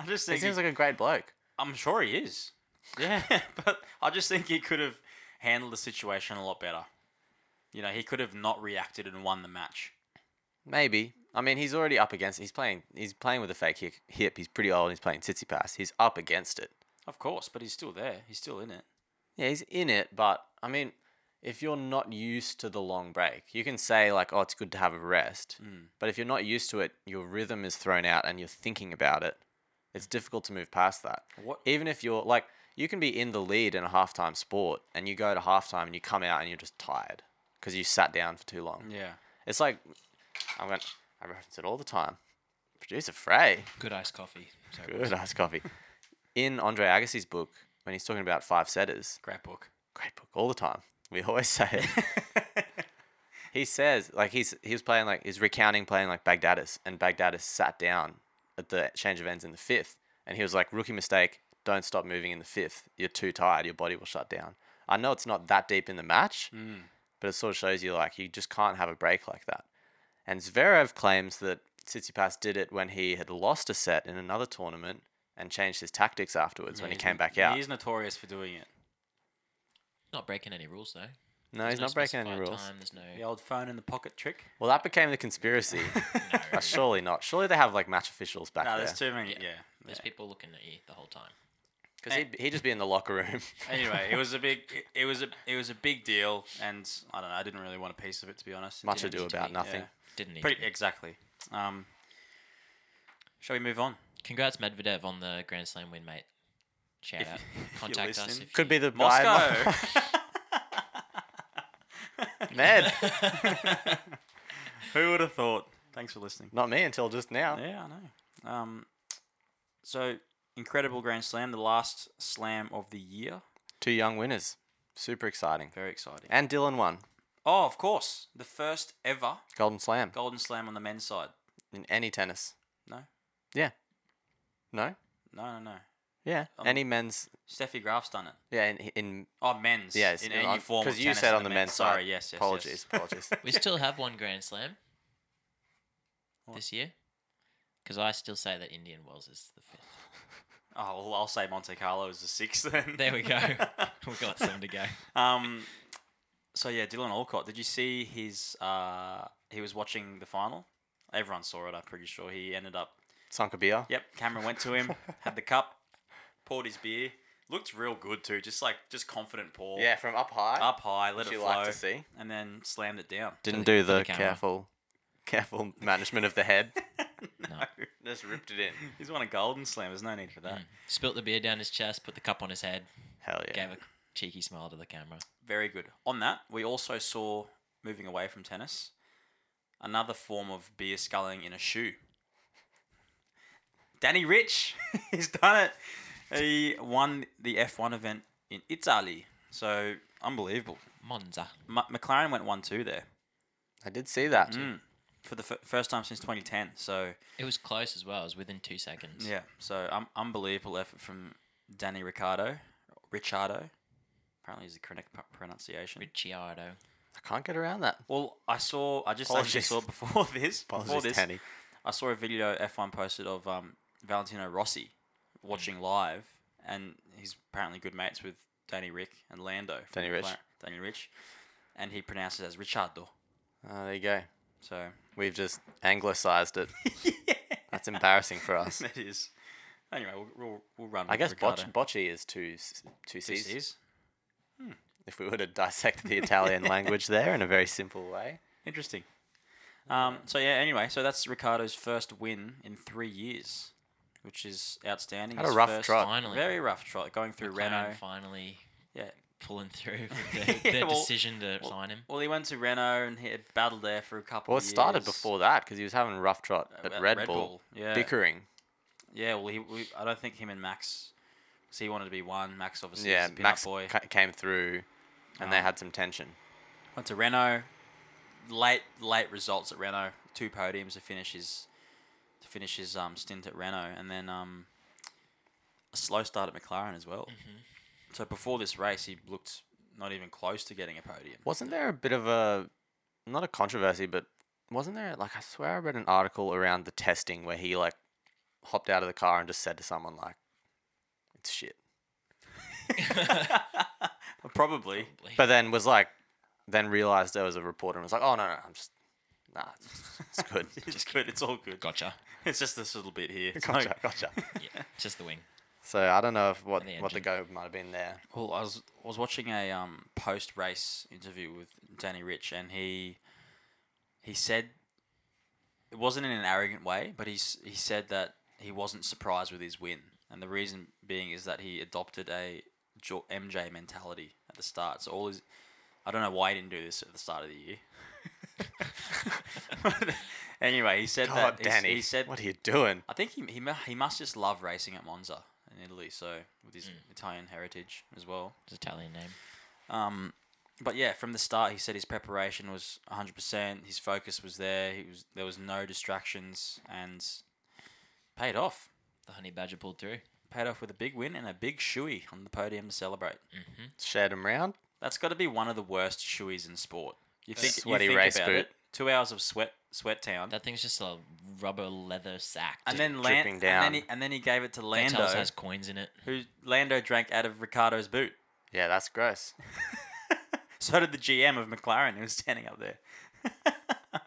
I just He think he- seems like a great bloke. I'm sure he is. Yeah, but I just think he could have handled the situation a lot better. You know, he could have not reacted and won the match. Maybe. I mean, he's already up against. He's playing. He's playing with a fake hi- hip. He's pretty old. He's playing Tsitsi pass. He's up against it. Of course, but he's still there. He's still in it. Yeah, he's in it, but I mean, if you're not used to the long break, you can say like, "Oh, it's good to have a rest," but if you're not used to it, your rhythm is thrown out, and you're thinking about it. It's difficult to move past that. What- Even if you're like, you can be in the lead in a halftime sport, and you go to halftime, and you come out, and you're just tired because you sat down for too long. Yeah. It's like I'm going. I reference it all the time. Producer Frey. Good iced coffee. So Good iced coffee. In Andre Agassi's book, when he's talking about five setters, Great book. great book all the time. We always say it. he says like he's he was playing like he's recounting playing like Baghdadis, and Baghdadis sat down at the change of ends in the fifth, and he was like rookie mistake. Don't stop moving in the fifth. You're too tired. Your body will shut down. I know it's not that deep in the match, but it sort of shows you like you just can't have a break like that. And Zverev claims that Tsitsipas did it when he had lost a set in another tournament and changed his tactics afterwards when he He's came no- back out. He is notorious for doing it. Not breaking any rules though. no, he's There's no not breaking any specified rules. Time, there's no. The old phone in the pocket trick. Well, that became the conspiracy. Uh, surely not. Surely they have like match officials back No, there. there's too many. Yeah. There's people looking at you the whole time. Because he'd, he'd just be in the locker room. anyway, it was a big, it, it was a, it was a big deal, and I don't know. I didn't really want a piece of it to be honest. It Much didn't- ado need to about be, nothing. yeah. Didn't need. Pretty to. exactly. Um, shall we move on? Congrats Medvedev on the Grand Slam win, mate. Shout If- out. if you Contact us. listen. If Could be the guy- Moscow. Ned. Who would have thought? Thanks for listening. Not me until just now. Yeah, I know. Um, so incredible Grand Slam, the last slam of the year. Two young winners. Super exciting. Very exciting. And Dylan won. Oh, of course, the first ever Golden Slam Golden Slam on the men's side. in any tennis. No, Yeah. No? no, no, no. Yeah. any men's. Steffi Graf's done it. Yeah, in. in Oh, men's. yeah, it's in in- any form. Because you said on the men's, side. Sorry, yes, yes. yes. Apologies, apologies. We still have one Grand Slam What? this year. Because I still say that Indian Wells is the fifth. Oh, well, I'll say Monte Carlo is the sixth then. There we go. We've got some to go. Um, so yeah, Dylan Alcott. Did you see his? Uh, he was watching the final. Everyone saw it. I'm pretty sure he ended up. Sunk a beer. Yep, Cameron went to him, had the cup, poured his beer. Looked real good too. Just like just confident pour. Yeah, from up high. Up high, let Which it you flow, like to see. and then slammed it down. Didn't the- do for the the camera. careful, careful management of the head. No. Just ripped it in. He's won a golden slam. There's no need for that. Hmm. Spilt the beer down his chest, put the cup on his head, Hell yeah. gave a cheeky smile to the camera. Very good. On that, we also saw moving away from tennis, another form of beer sculling in a shoe. Danny Rich, he's done it. He won the F1 event in Italy. So unbelievable. Monza. M- McLaren went one two there I did see that. Mm. for the f- first time since 2010. So It was close as well. It was within two seconds. yeah, so um, unbelievable effort from Danny Ricciardo. Ricciardo, apparently is the correct p- pronunciation. Ricciardo. I can't get around that. Well, I saw. I just actually Apologies. saw before this. Before Apologies, this, Tanny. I saw a video F1 posted of um, Valentino Rossi Mm. watching live, and he's apparently good mates with Danny Rick and Lando. from Danny Rich. McLaren- Danny Rich, and he pronounced it as Ricciardo. Oh, there you go. So We've just anglicized it. That's embarrassing for us. it is. Anyway, we'll we'll, we'll run. I with guess botch, Ricciardo. bocce is two s- two Two C's. Cs. If we were to dissect the Italian language there in a very simple way, Interesting. Um, so yeah. Anyway, so that's Ricardo's first win in three years, which is outstanding. Had a His rough first- trot. Finally. Very rough trot going through McLaren Renault. finally Yeah. pulling through with their, their well- decision to sign him. Well, he went to Renault and he had battled there for a couple. well, it of started years. before that because he was having a rough trot Uh, at at Red, Red Bull, Bull, yeah. bickering. Yeah, well, he, we, I don't think him and Max, because he wanted to be one. Max obviously, yeah, is a Max Max boy ca- came through, and they Um, had some tension. went to Renault. Late, late results at Renault. Two podiums to finish his, to finish his um stint at Renault, and then um, a slow start at McLaren as well. Mm-hmm. So before this race, he looked not even close to getting a podium. Wasn't there a bit of a not a controversy, but wasn't there like I swear I read an article around the testing where he like hopped out of the car and just said to someone like, "It's shit," Probably. but then was like, then realized there was a reporter and was like, "Oh no, no, I'm just nah, it's, it's good." It's good. It's all good. Gotcha. It's just this little bit here. It's no- gotcha, gotcha. Yeah, just the wing. So I don't know if what The what the engine. go might have been there. Well, I was I was watching a um, post race interview with Danny Rich, and he he said it wasn't in an arrogant way, but he's he said that he wasn't surprised with his win, and the reason being is that he adopted a Jo- MJ mentality at the start. So all his I don't know why he didn't do this at the start of the year. anyway, he said God, that. he s- Danny, he said what are you doing? I think he, he mu- he must just love racing at Monza in Italy, so with his Hmm. Italian heritage as well. It's Italian name. Um, but yeah, from the start, he said his preparation was 100%. His focus was there. He was there was no distractions and paid off. The honey badger pulled through. Paid off with a big win and a big shoey on the podium to celebrate. Shared him round. That's got to be one of the worst shoeys in sport. You think you Sweaty think race about boot. it. Two hours of sweat sweat town. That thing's just a rubber leather sack. and Just- then Lan- dripping and then down. he, and then he gave it to Can't tell Lando, us it has coins in it. who Lando drank out of Ricardo's boot. Yeah, that's gross. So did the GM of McLaren who was standing up there.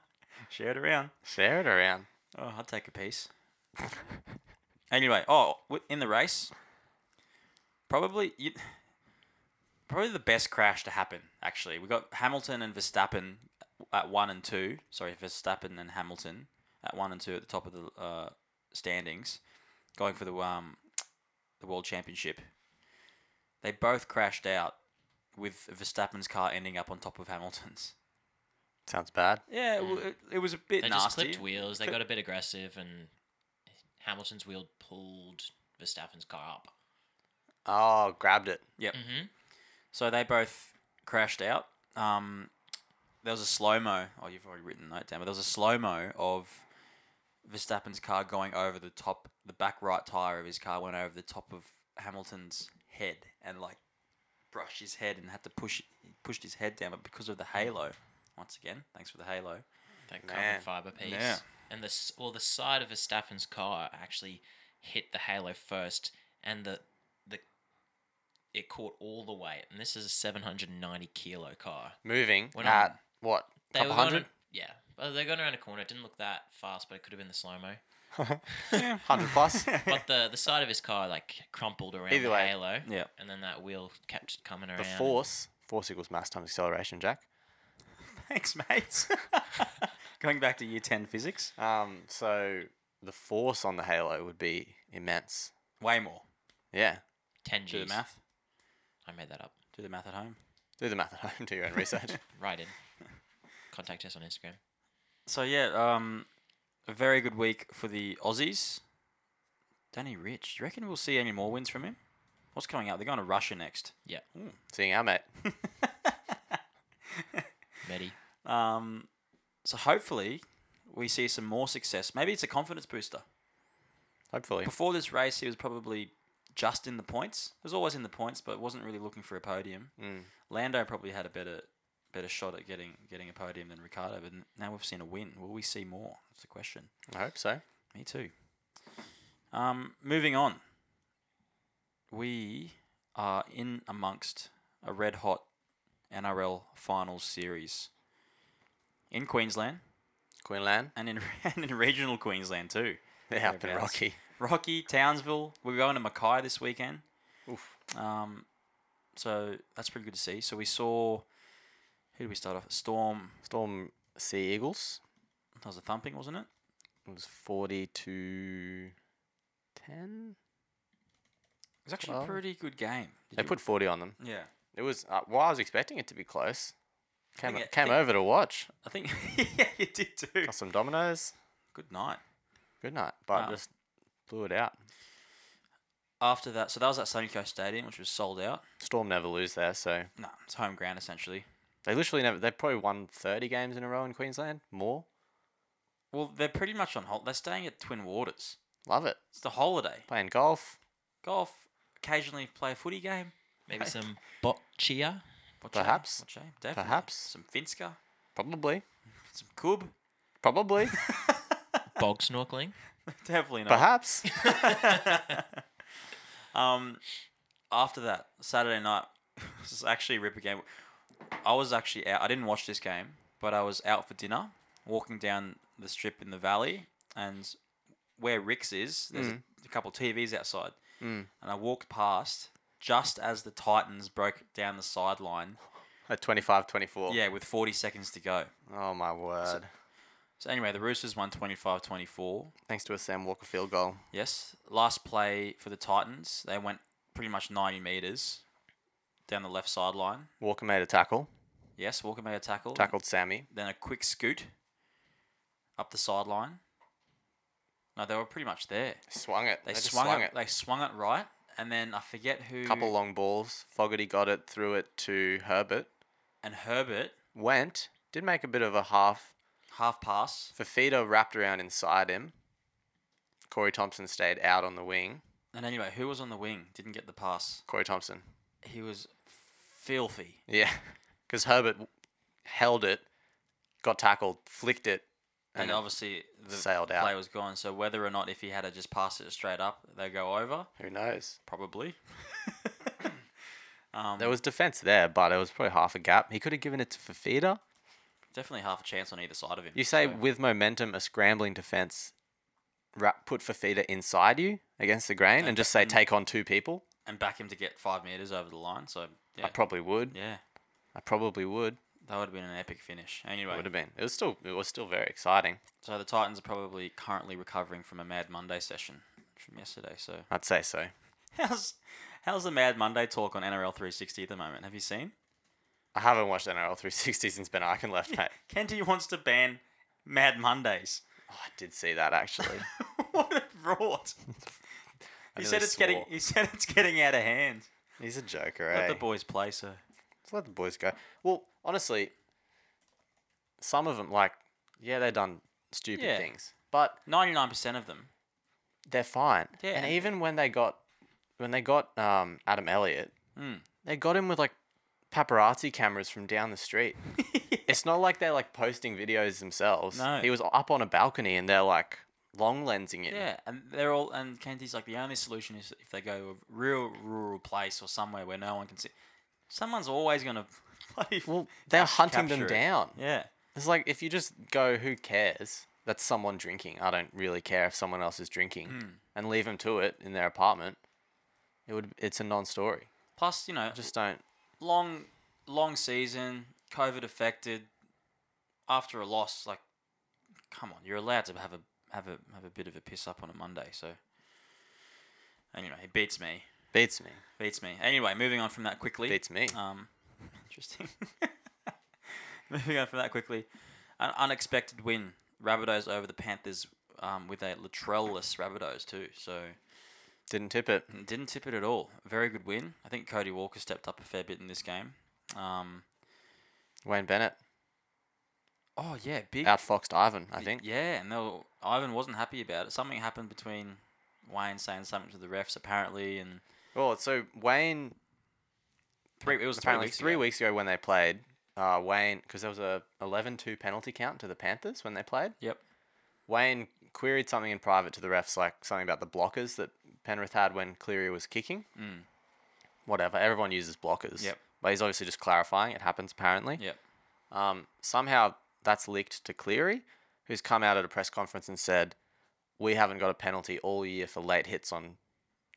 Share it around. Share it around. Oh, I'll take a piece. anyway, oh, wi- in the race, probably you, probably the best crash to happen. Actually, we got Hamilton and Verstappen at one and two. Sorry, Verstappen and Hamilton at one and two at the top of the uh, standings, going for the um, the world championship. They both crashed out, with Verstappen's car ending up on top of Hamilton's. Mm. Sounds bad. Yeah, it, w- it, it was a bit They just nasty. clipped wheels. They got a bit aggressive, and Hamilton's wheel pulled Verstappen's car up. Oh, grabbed it. Yep. Mhm. So they both crashed out. Um, there was a slow mo. Oh, you've already written that down. But there was a slow mo of Verstappen's car going over the top. The back right tire of his car went over the top of Hamilton's head and like brushed his head and had to push he pushed his head down. But because of the halo, once again, thanks for the halo. That Man. carbon fiber piece. Yeah. And the s- well, the side of Verstappen's car actually hit the halo first, and the the it caught all the weight. And this is a 790 kilo car. Moving We're not- at what? They couple were going- hundred? yeah. Well, they're going around a corner. It didn't look that fast, but it could have been the slow mo. Hundred plus. But the the side of his car like crumpled around Either the way. halo. Yeah. And then that wheel kept coming around. the force. Force equals mass times acceleration, Jack. Thanks, mates. going back to year ten physics, Um, so the force on the halo would be immense. way more. Yeah. Ten G's. Do the math. I made that up. Do the math at home. Do the math at home. Do your own research. Right in. Contact us on Instagram. So yeah, um, a very good week for the Aussies. Danny Rich, do you reckon we'll see any more wins from him? What's coming up? They're going to Russia next. Yeah. Seeing our mate. Medi. Um, so hopefully we see some more success. Maybe it's a confidence booster. Hopefully. Before this race, he was probably just in the points. He was always in the points, but wasn't really looking for a podium. Mm. Lando probably had a better better shot at getting getting a podium than Ricardo. But n- now we've seen a win. Will we see more? That's the question. I hope so. Me too. Um, moving on. We are in amongst a red hot NRL finals series in Queensland Queensland. and in and in regional Queensland too. They're up in Thereabouts. Rocky. Rocky, Townsville. We're going to Mackay this weekend. Oof. Um, so that's pretty good to see. So we saw who did we start off? Storm. Storm Sea Eagles. That was a thumping, wasn't it? It was 40 to It 10. was actually a Well- pretty good game. Did They you- put 40 on them. yeah. It was, uh, well, I was expecting it to be close. Came, think it- came think- over to watch. I think yeah, you did too. Got some dominoes. Good night. Good night. But Ah. just blew it out. after that, so that was at Sunny Coast Stadium, which was sold out. Storm never lose there, so No, it's home ground essentially. they literally never. They've probably won 30 games in a row in Queensland. More. Well, they're pretty much on hold. They're staying at Twin Waters. Love it. It's the holiday. Playing golf. Golf, occasionally play a footy game. Maybe some boccia. Watch Perhaps. Watch definitely. Perhaps. Some Finska, Probably. some Kub. Probably. Bog snorkeling. definitely not. Perhaps. Um, after that, Saturday night this is actually a ripper game. I was actually out. I didn't watch this game, but I was out for dinner, walking down the strip in the valley, and where Rick's is, there's a, couple TVs outside, Mm. and I walked past just as the Titans broke down the sideline. At 25 24. Yeah, with 40 seconds to go. Oh, my word. So anyway, the Roosters won 25-24. Thanks to a Sam Walker field goal. Yes. Last play for the Titans, they went pretty much 90 meters down the left sideline. Walker made a tackle. Yes, Walker made a tackle. Tackled Sammy. Then a quick scoot up the sideline. No, they were pretty much there. Swung it. They, just swung, swung it, it. They swung it right, and then I forget who. Couple long balls. Fogarty got it, threw it to Herbert. and Herbert Went. Did make a bit of a half. half pass, Fafita wrapped around inside him. Corey Thompson stayed out on the wing. and anyway, who was on the wing didn't get the pass. Corey Thompson. He was filthy. Yeah. Because Herbert w- held it, got tackled, flicked it, and, and, obviously the sailed out. play was gone. So whether or not if he had to just pass it straight up, they go over who knows? probably. um, There was defense there, but it was probably half a gap. He could have given it to Fafita. definitely half a chance on either side of him. You say so- with momentum, a scrambling defense wrap, put Fafita inside you against the grain and just say take on two people? and back him to get five meters over the line. So yeah, I probably would. yeah, I probably would. that would have been an epic finish. It Anyway, would have been. It was still it was still very exciting. so the Titans are probably currently recovering from a Mad Monday session from yesterday. So I'd say so. how's how's the Mad Monday talk on NRL 360 at the moment? Have you seen? I haven't watched NRL 360 since Ben Arkin left, mate. Kenty wants to ban Mad Mondays. Oh, I did see that actually. what a rot. He nearly said it's getting. swore. He said it's getting out of hand. He's a joker, eh? Let the boys play, sir. Just let the boys go. Well, honestly, some of them, like, yeah, they've done stupid Yeah. things, but Ninety-nine percent of them. they're fine. Yeah, And and- even when they got, when they got um, Adam Elliott, Mm. they got him with like paparazzi cameras from down the street. it's not like they're like posting videos themselves. No. He was up on a balcony and they're like long lensing it. Yeah, and they're all. And Kenty's like the only solution is if they go to a real rural place or somewhere where no one can see. Someone's always gonna bloody. Well, they're hunting them capture it. down. yeah, It's like if you just go, who cares? That's someone drinking. I don't really care if someone else is drinking, Hmm. and leave them to it in their apartment. It would. It's a non-story. plus you know, I just just don't. long, long season, COVID affected. After a loss, like, come on, you're allowed to have a have a have a bit of a piss up on a Monday. So, anyway, it beats me. Beats me. Beats me. Anyway, moving on from that quickly. Beats me. Um, interesting. Moving on from that quickly, an unexpected win. Rabbitohs over the Panthers um, with a Latrell-less Rabbitohs too. So Didn't tip it. didn't tip it at all. Very good win. I think Cody Walker stepped up a fair bit in this game. Um, Wayne Bennett oh yeah, big. outfoxed Ivan. I think. Yeah, and they were, Ivan wasn't happy about it. Something happened between Wayne saying something to the refs apparently, and Well, so Wayne three. It was three apparently weeks. three ago. weeks ago when they played. Uh, Wayne, because there was a 11-2 penalty count to the Panthers when they played. Yep. Wayne queried something in private to the refs, like something about the blockers that Penrith had when Cleary was kicking. Mm. Whatever. Everyone uses blockers. Yep. But he's obviously just clarifying. It happens apparently. Yep. Um, somehow that's leaked to Cleary, who's come out at a press conference and said, "We haven't got a penalty all year for late hits on,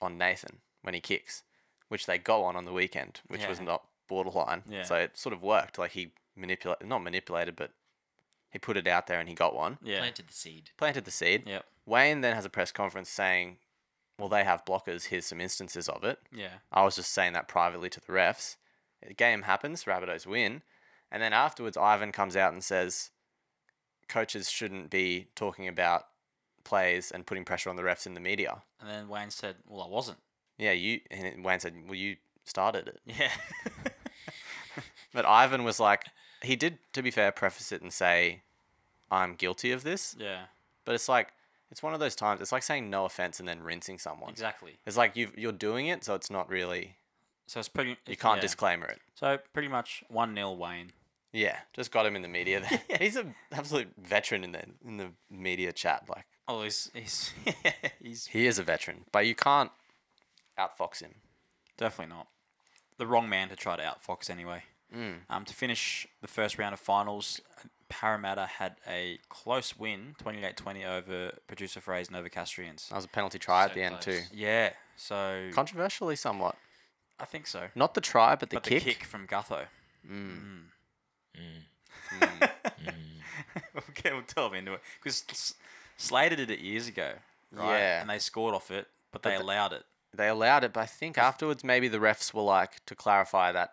on Nathan when he kicks, which they got one on the weekend, which was Yeah. not borderline. Yeah. So it sort of worked. Like he manipulated, not manipulated, but he put it out there and he got one. Yeah. Planted the seed. Planted the seed. Yep. Wayne then has a press conference saying, "Well, they have blockers. Here's some instances of it." Yeah. I was just saying that privately to the refs. The game happens, Rabbitohs win, and then afterwards Ivan comes out and says coaches shouldn't be talking about plays and putting pressure on the refs in the media. And then Wayne said, "Well, I wasn't." Yeah, you and Wayne said, "Well, you started it." Yeah. But Ivan was like, he did to be fair preface it and say I'm guilty of this, yeah. but it's like it's one of those times. It's like saying no offense and then rinsing someone. Exactly. It's like you you're doing it, so it's not really So it's pretty. you it- can't yeah. disclaimer it. So pretty much one 0 Wayne. Yeah, just got him in the media. There. He's an absolute veteran in the in the media chat. Like Oh, he's he's he's he is a veteran, but you can't outfox him. definitely not the wrong man to try to outfox anyway. Um, to finish the first round of finals, Parramatta had a close win, 28-20 over producer Frey's Novocastrians. That was a penalty try at So the end too, close. Yeah. So controversially somewhat. I think so. Not the try, but the but kick. Mm. the kick from Gutho. okay, Mm. we'll delve into it because Slater did it years ago, right? Yeah. And they scored off it, but they the- allowed it. They allowed it, but I think afterwards maybe the refs were like to clarify that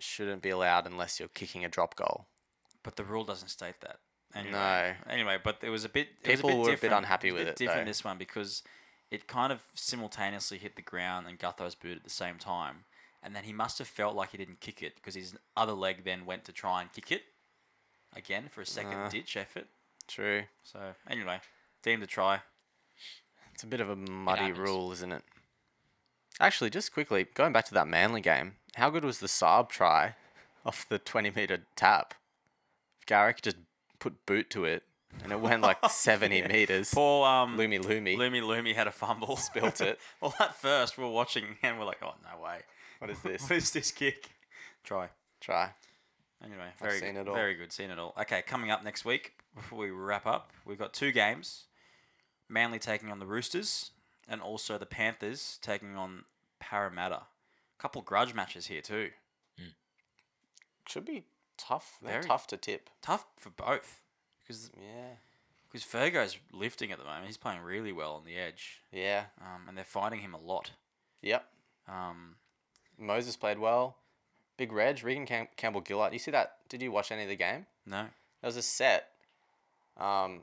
shouldn't be allowed unless you're kicking a drop goal. But the rule doesn't state that. Anyway. No. Anyway, but it was a bit. it was People were a bit different- unhappy was with it, Different though. this one because it kind of simultaneously hit the ground and Gutho's boot at the same time, and then he must have felt like he didn't kick it because his other leg then went to try and kick it again for a second Ah. ditch effort. True. So anyway, deemed a try. It's a bit of a muddy happens. rule, isn't it? Actually, just quickly, going back to that Manly game, how good was the Saab try off the 20 metre tap? Garrick just put boot to it and it went like 70 metres. Oh, Poor um, Loomy Loomy. Loomy Loomy had a fumble. Spilt it. well, at first we were watching and we're like, oh no way, What is this? who's this kick? Try. try. Anyway, very seen good, it all. very good, seen it all. Okay, coming up next week before we wrap up, we've got two games: Manly taking on the Roosters, and also the Panthers taking on Parramatta. A couple grudge matches here too. Should be tough. They're Very. tough to tip. Tough for both because Yeah. because Fergo's lifting at the moment. He's playing really well on the edge, Yeah. um, and they're fighting him a lot. Yep. Um, Moses played well. Big Reg, Regan Cam- Campbell Gillard. You see that? Did you watch any of the game? no, There was a set. Um,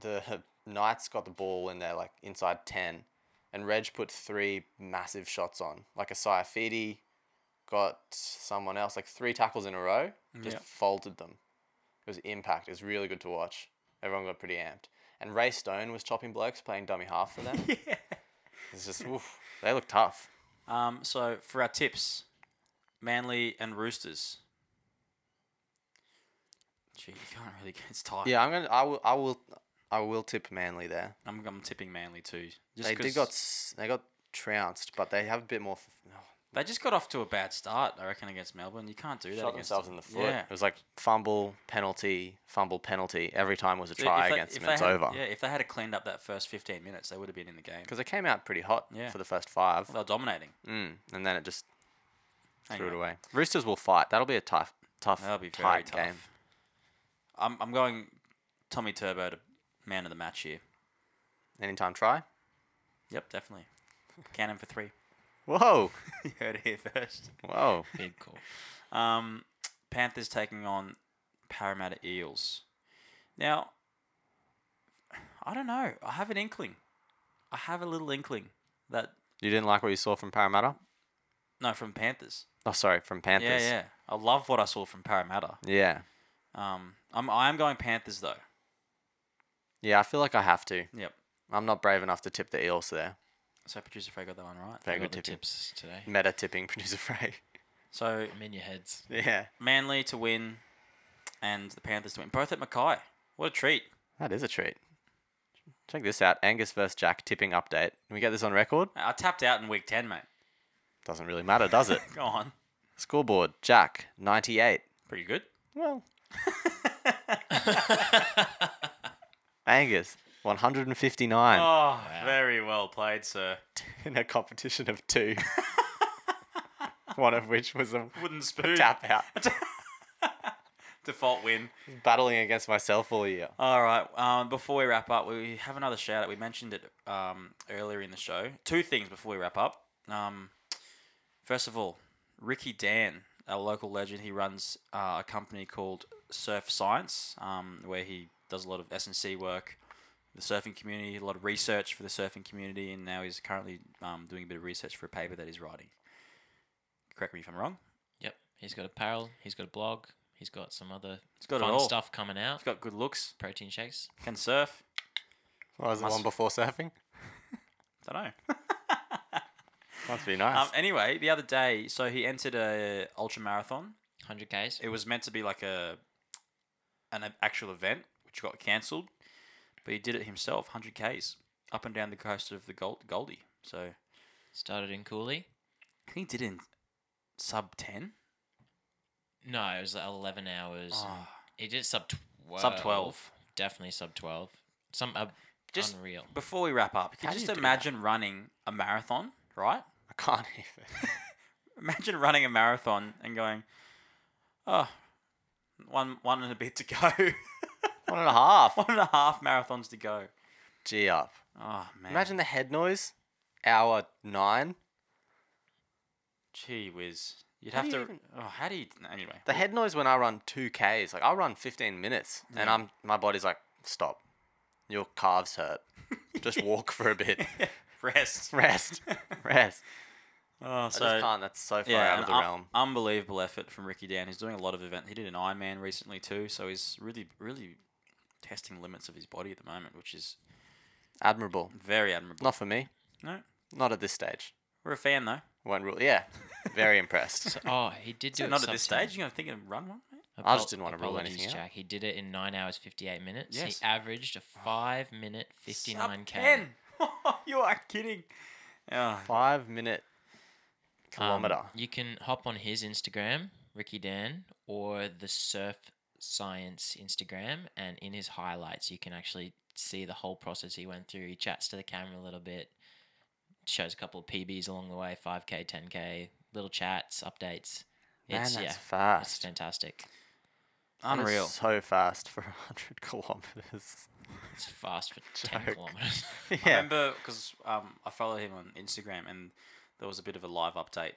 the Knights got the ball in their like inside ten, and Reg put three massive shots on. Like a Saifidi got someone else like three tackles in a row, just Yeah. folded them. It was impact. It was really good to watch. Everyone got pretty amped. And Ray Stone was chopping blokes, playing dummy half for them. yeah. It's just, oof, they look tough. Um, so for our tips, Manly and Roosters. Gee, you can't really. get It's tight. Yeah, I'm gonna. I will. I will. I will tip Manly there. I'm, I'm tipping Manly too. Just They did 'cause got. s- They got trounced, but they have a bit more. f- oh, they just got off to a bad start. I reckon against Melbourne, you can't do that. shot against themselves in them. the foot. Yeah. It was like fumble, penalty, fumble, penalty. Every time was a So try if they- against if them. they It's had- over. Yeah, if they had cleaned up that first 15 minutes, they would have been in the game. Because they came out pretty hot Yeah. for the first five, They're dominating. mm, and then it just threw it Anyway, away. Roosters will fight. That'll be a tough, tough, That'll be very tight tough. game. I'm, I'm going Tommy Turbo to man of the match here. Anytime try. Yep, definitely. Count him for three. Whoa, you heard it here first. whoa. Big call. Um, Panthers taking on Parramatta Eels. Now, I don't know. I have an inkling. I have a little inkling that You didn't like what you saw from Parramatta? no, from Panthers. Oh, sorry, from Yeah, Panthers. yeah. I love what I saw from Parramatta. yeah, yeah. Um, I'm I am going Panthers though. Yeah, I feel like I have to. Yep. I'm not brave enough to tip the Eels there. So producer Frey got that one right. Very I got good the tipping. tips today. Meta tipping producer Frey. So I'm in your heads. Yeah. Manly to win, and the Panthers to win. Both at Mackay. What a treat. That is a treat. Check this out. Angus versus Jack tipping update. Can we get this on record? I tapped out in week ten, mate. Doesn't really matter, does it? Go on. Scoreboard, Jack, 98. Pretty good. Well. Angus, 159 Oh, very well played, sir. in a competition of two. One of which was a Wooden spoon. tap out. Default win. Battling against myself all year. All right. Um, before we wrap up, we have another shout out. We mentioned it um, earlier in the show. Two things before we wrap up. Um, first of all, Ricky Dan, a local legend, he runs uh, a company called Surf Science, um, where he does a lot of S and C work, the surfing community, a lot of research for the surfing community, and now he's currently um, doing a bit of research for a paper that he's writing. Correct me if I'm wrong. Yep. He's got apparel. He's got a blog. He's got some other He's got it fun all. stuff coming out. He's got good looks. Protein shakes. Can surf. What was the Must- one before surfing? Don't know. Must be nice. Um, anyway, the other day, so he entered a ultra marathon. 100 Ks. It was meant to be like a an a- actual event, which got cancelled, but he did it himself, hundred k's up and down the coast of the Gold- Goldie. So Started in Cooley. I think he did it in sub ten, No, it was like 11 hours. and Ah. He did sub 12. sub twelve. Definitely sub 12. Some uh, Just- unreal. Before we wrap up, can How you do just you do that? imagine running a marathon, right? I can't even. Imagine running a marathon and going, oh, one one and a bit to go, one and a half. one and a half marathons to go. G up. Oh man! Imagine the head noise. Hour nine. Gee whiz. You'd How have do to. you even- oh, how do you? Anyway, The head noise when I run 2Ks, like I'll run 15 minutes and Yeah. I'm my body's like, stop. Your calves hurt. Just walk for a bit. rest. Rest. Rest. Oh, so I just can't. That's so far yeah, an out of the un- realm. unbelievable effort from Ricky Dan. He's doing a lot of event. He did an Ironman recently too, so he's really, really testing limits of his body at the moment, which is Admirable. very admirable. Not for me. No, Not at this stage. we're a fan though. Won't rule. Yeah. Very impressed. So, oh, he did do So it not at this sometime. stage. You're gonna think and run one. mate? I just Apol- didn't wanna rule apologies, anything out. Jack. He did it in nine hours fifty eight minutes. Yes. Ah. He averaged a five minute fifty nine Sub k. 10. you are kidding. Oh, Five minute kilometer. Um, you can hop on his Instagram, Ricky Dan, or the Surf Science Instagram, and in his highlights, you can actually see the whole process he went through. He chats to the camera a little bit, shows a couple of PBs along the way, five k, ten k, little chats, updates. Man, It's that's yeah, it's fast. fantastic. That is unreal. So fast for 100 kilometers. It's fast for ten Joke. kilometers. I yeah. remember because um, I followed him on Instagram and there was a bit of a live update,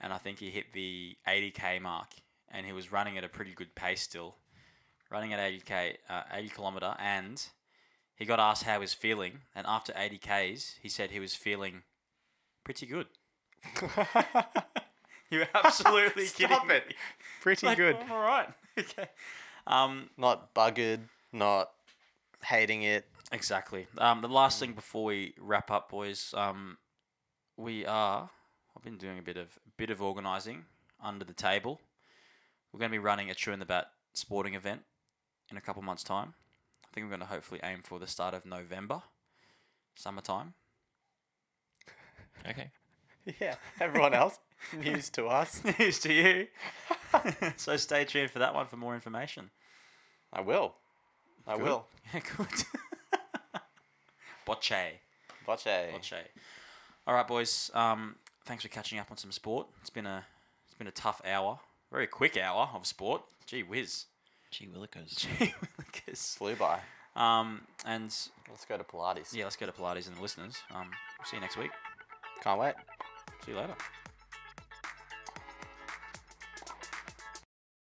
and I think he hit the 80k mark and he was running at a pretty good pace still, running at 80k, uh, 80 kilometer, and he got asked how he was feeling, and after 80ks, he said he was feeling pretty good. You're absolutely Stop kidding me. it. Pretty Like, good. I'm all right. okay. Um, Not buggered. Not hating it. Exactly. Um, the last thing before we wrap up, boys, um, we are. I've been doing a bit of bit of organising under the table. We're going to be running a True in the Bat sporting event in a couple months' time. I think we're going to hopefully aim for the start of November, summertime. okay. Yeah. Everyone else. News to us. News to you. so stay tuned for that one for more information. I will. I Good. will. Yeah, good. Bocce. Boche. Poche. All right, boys. Um, thanks for catching up on some sport. It's been a it's been a tough hour, very quick hour of sport. Gee whiz. Gee willikers. Gee willikers. Flew by. um, and Let's go to Pilates. yeah, let's go to Pilates and the listeners. Um, see you next week. Can't wait. See you later.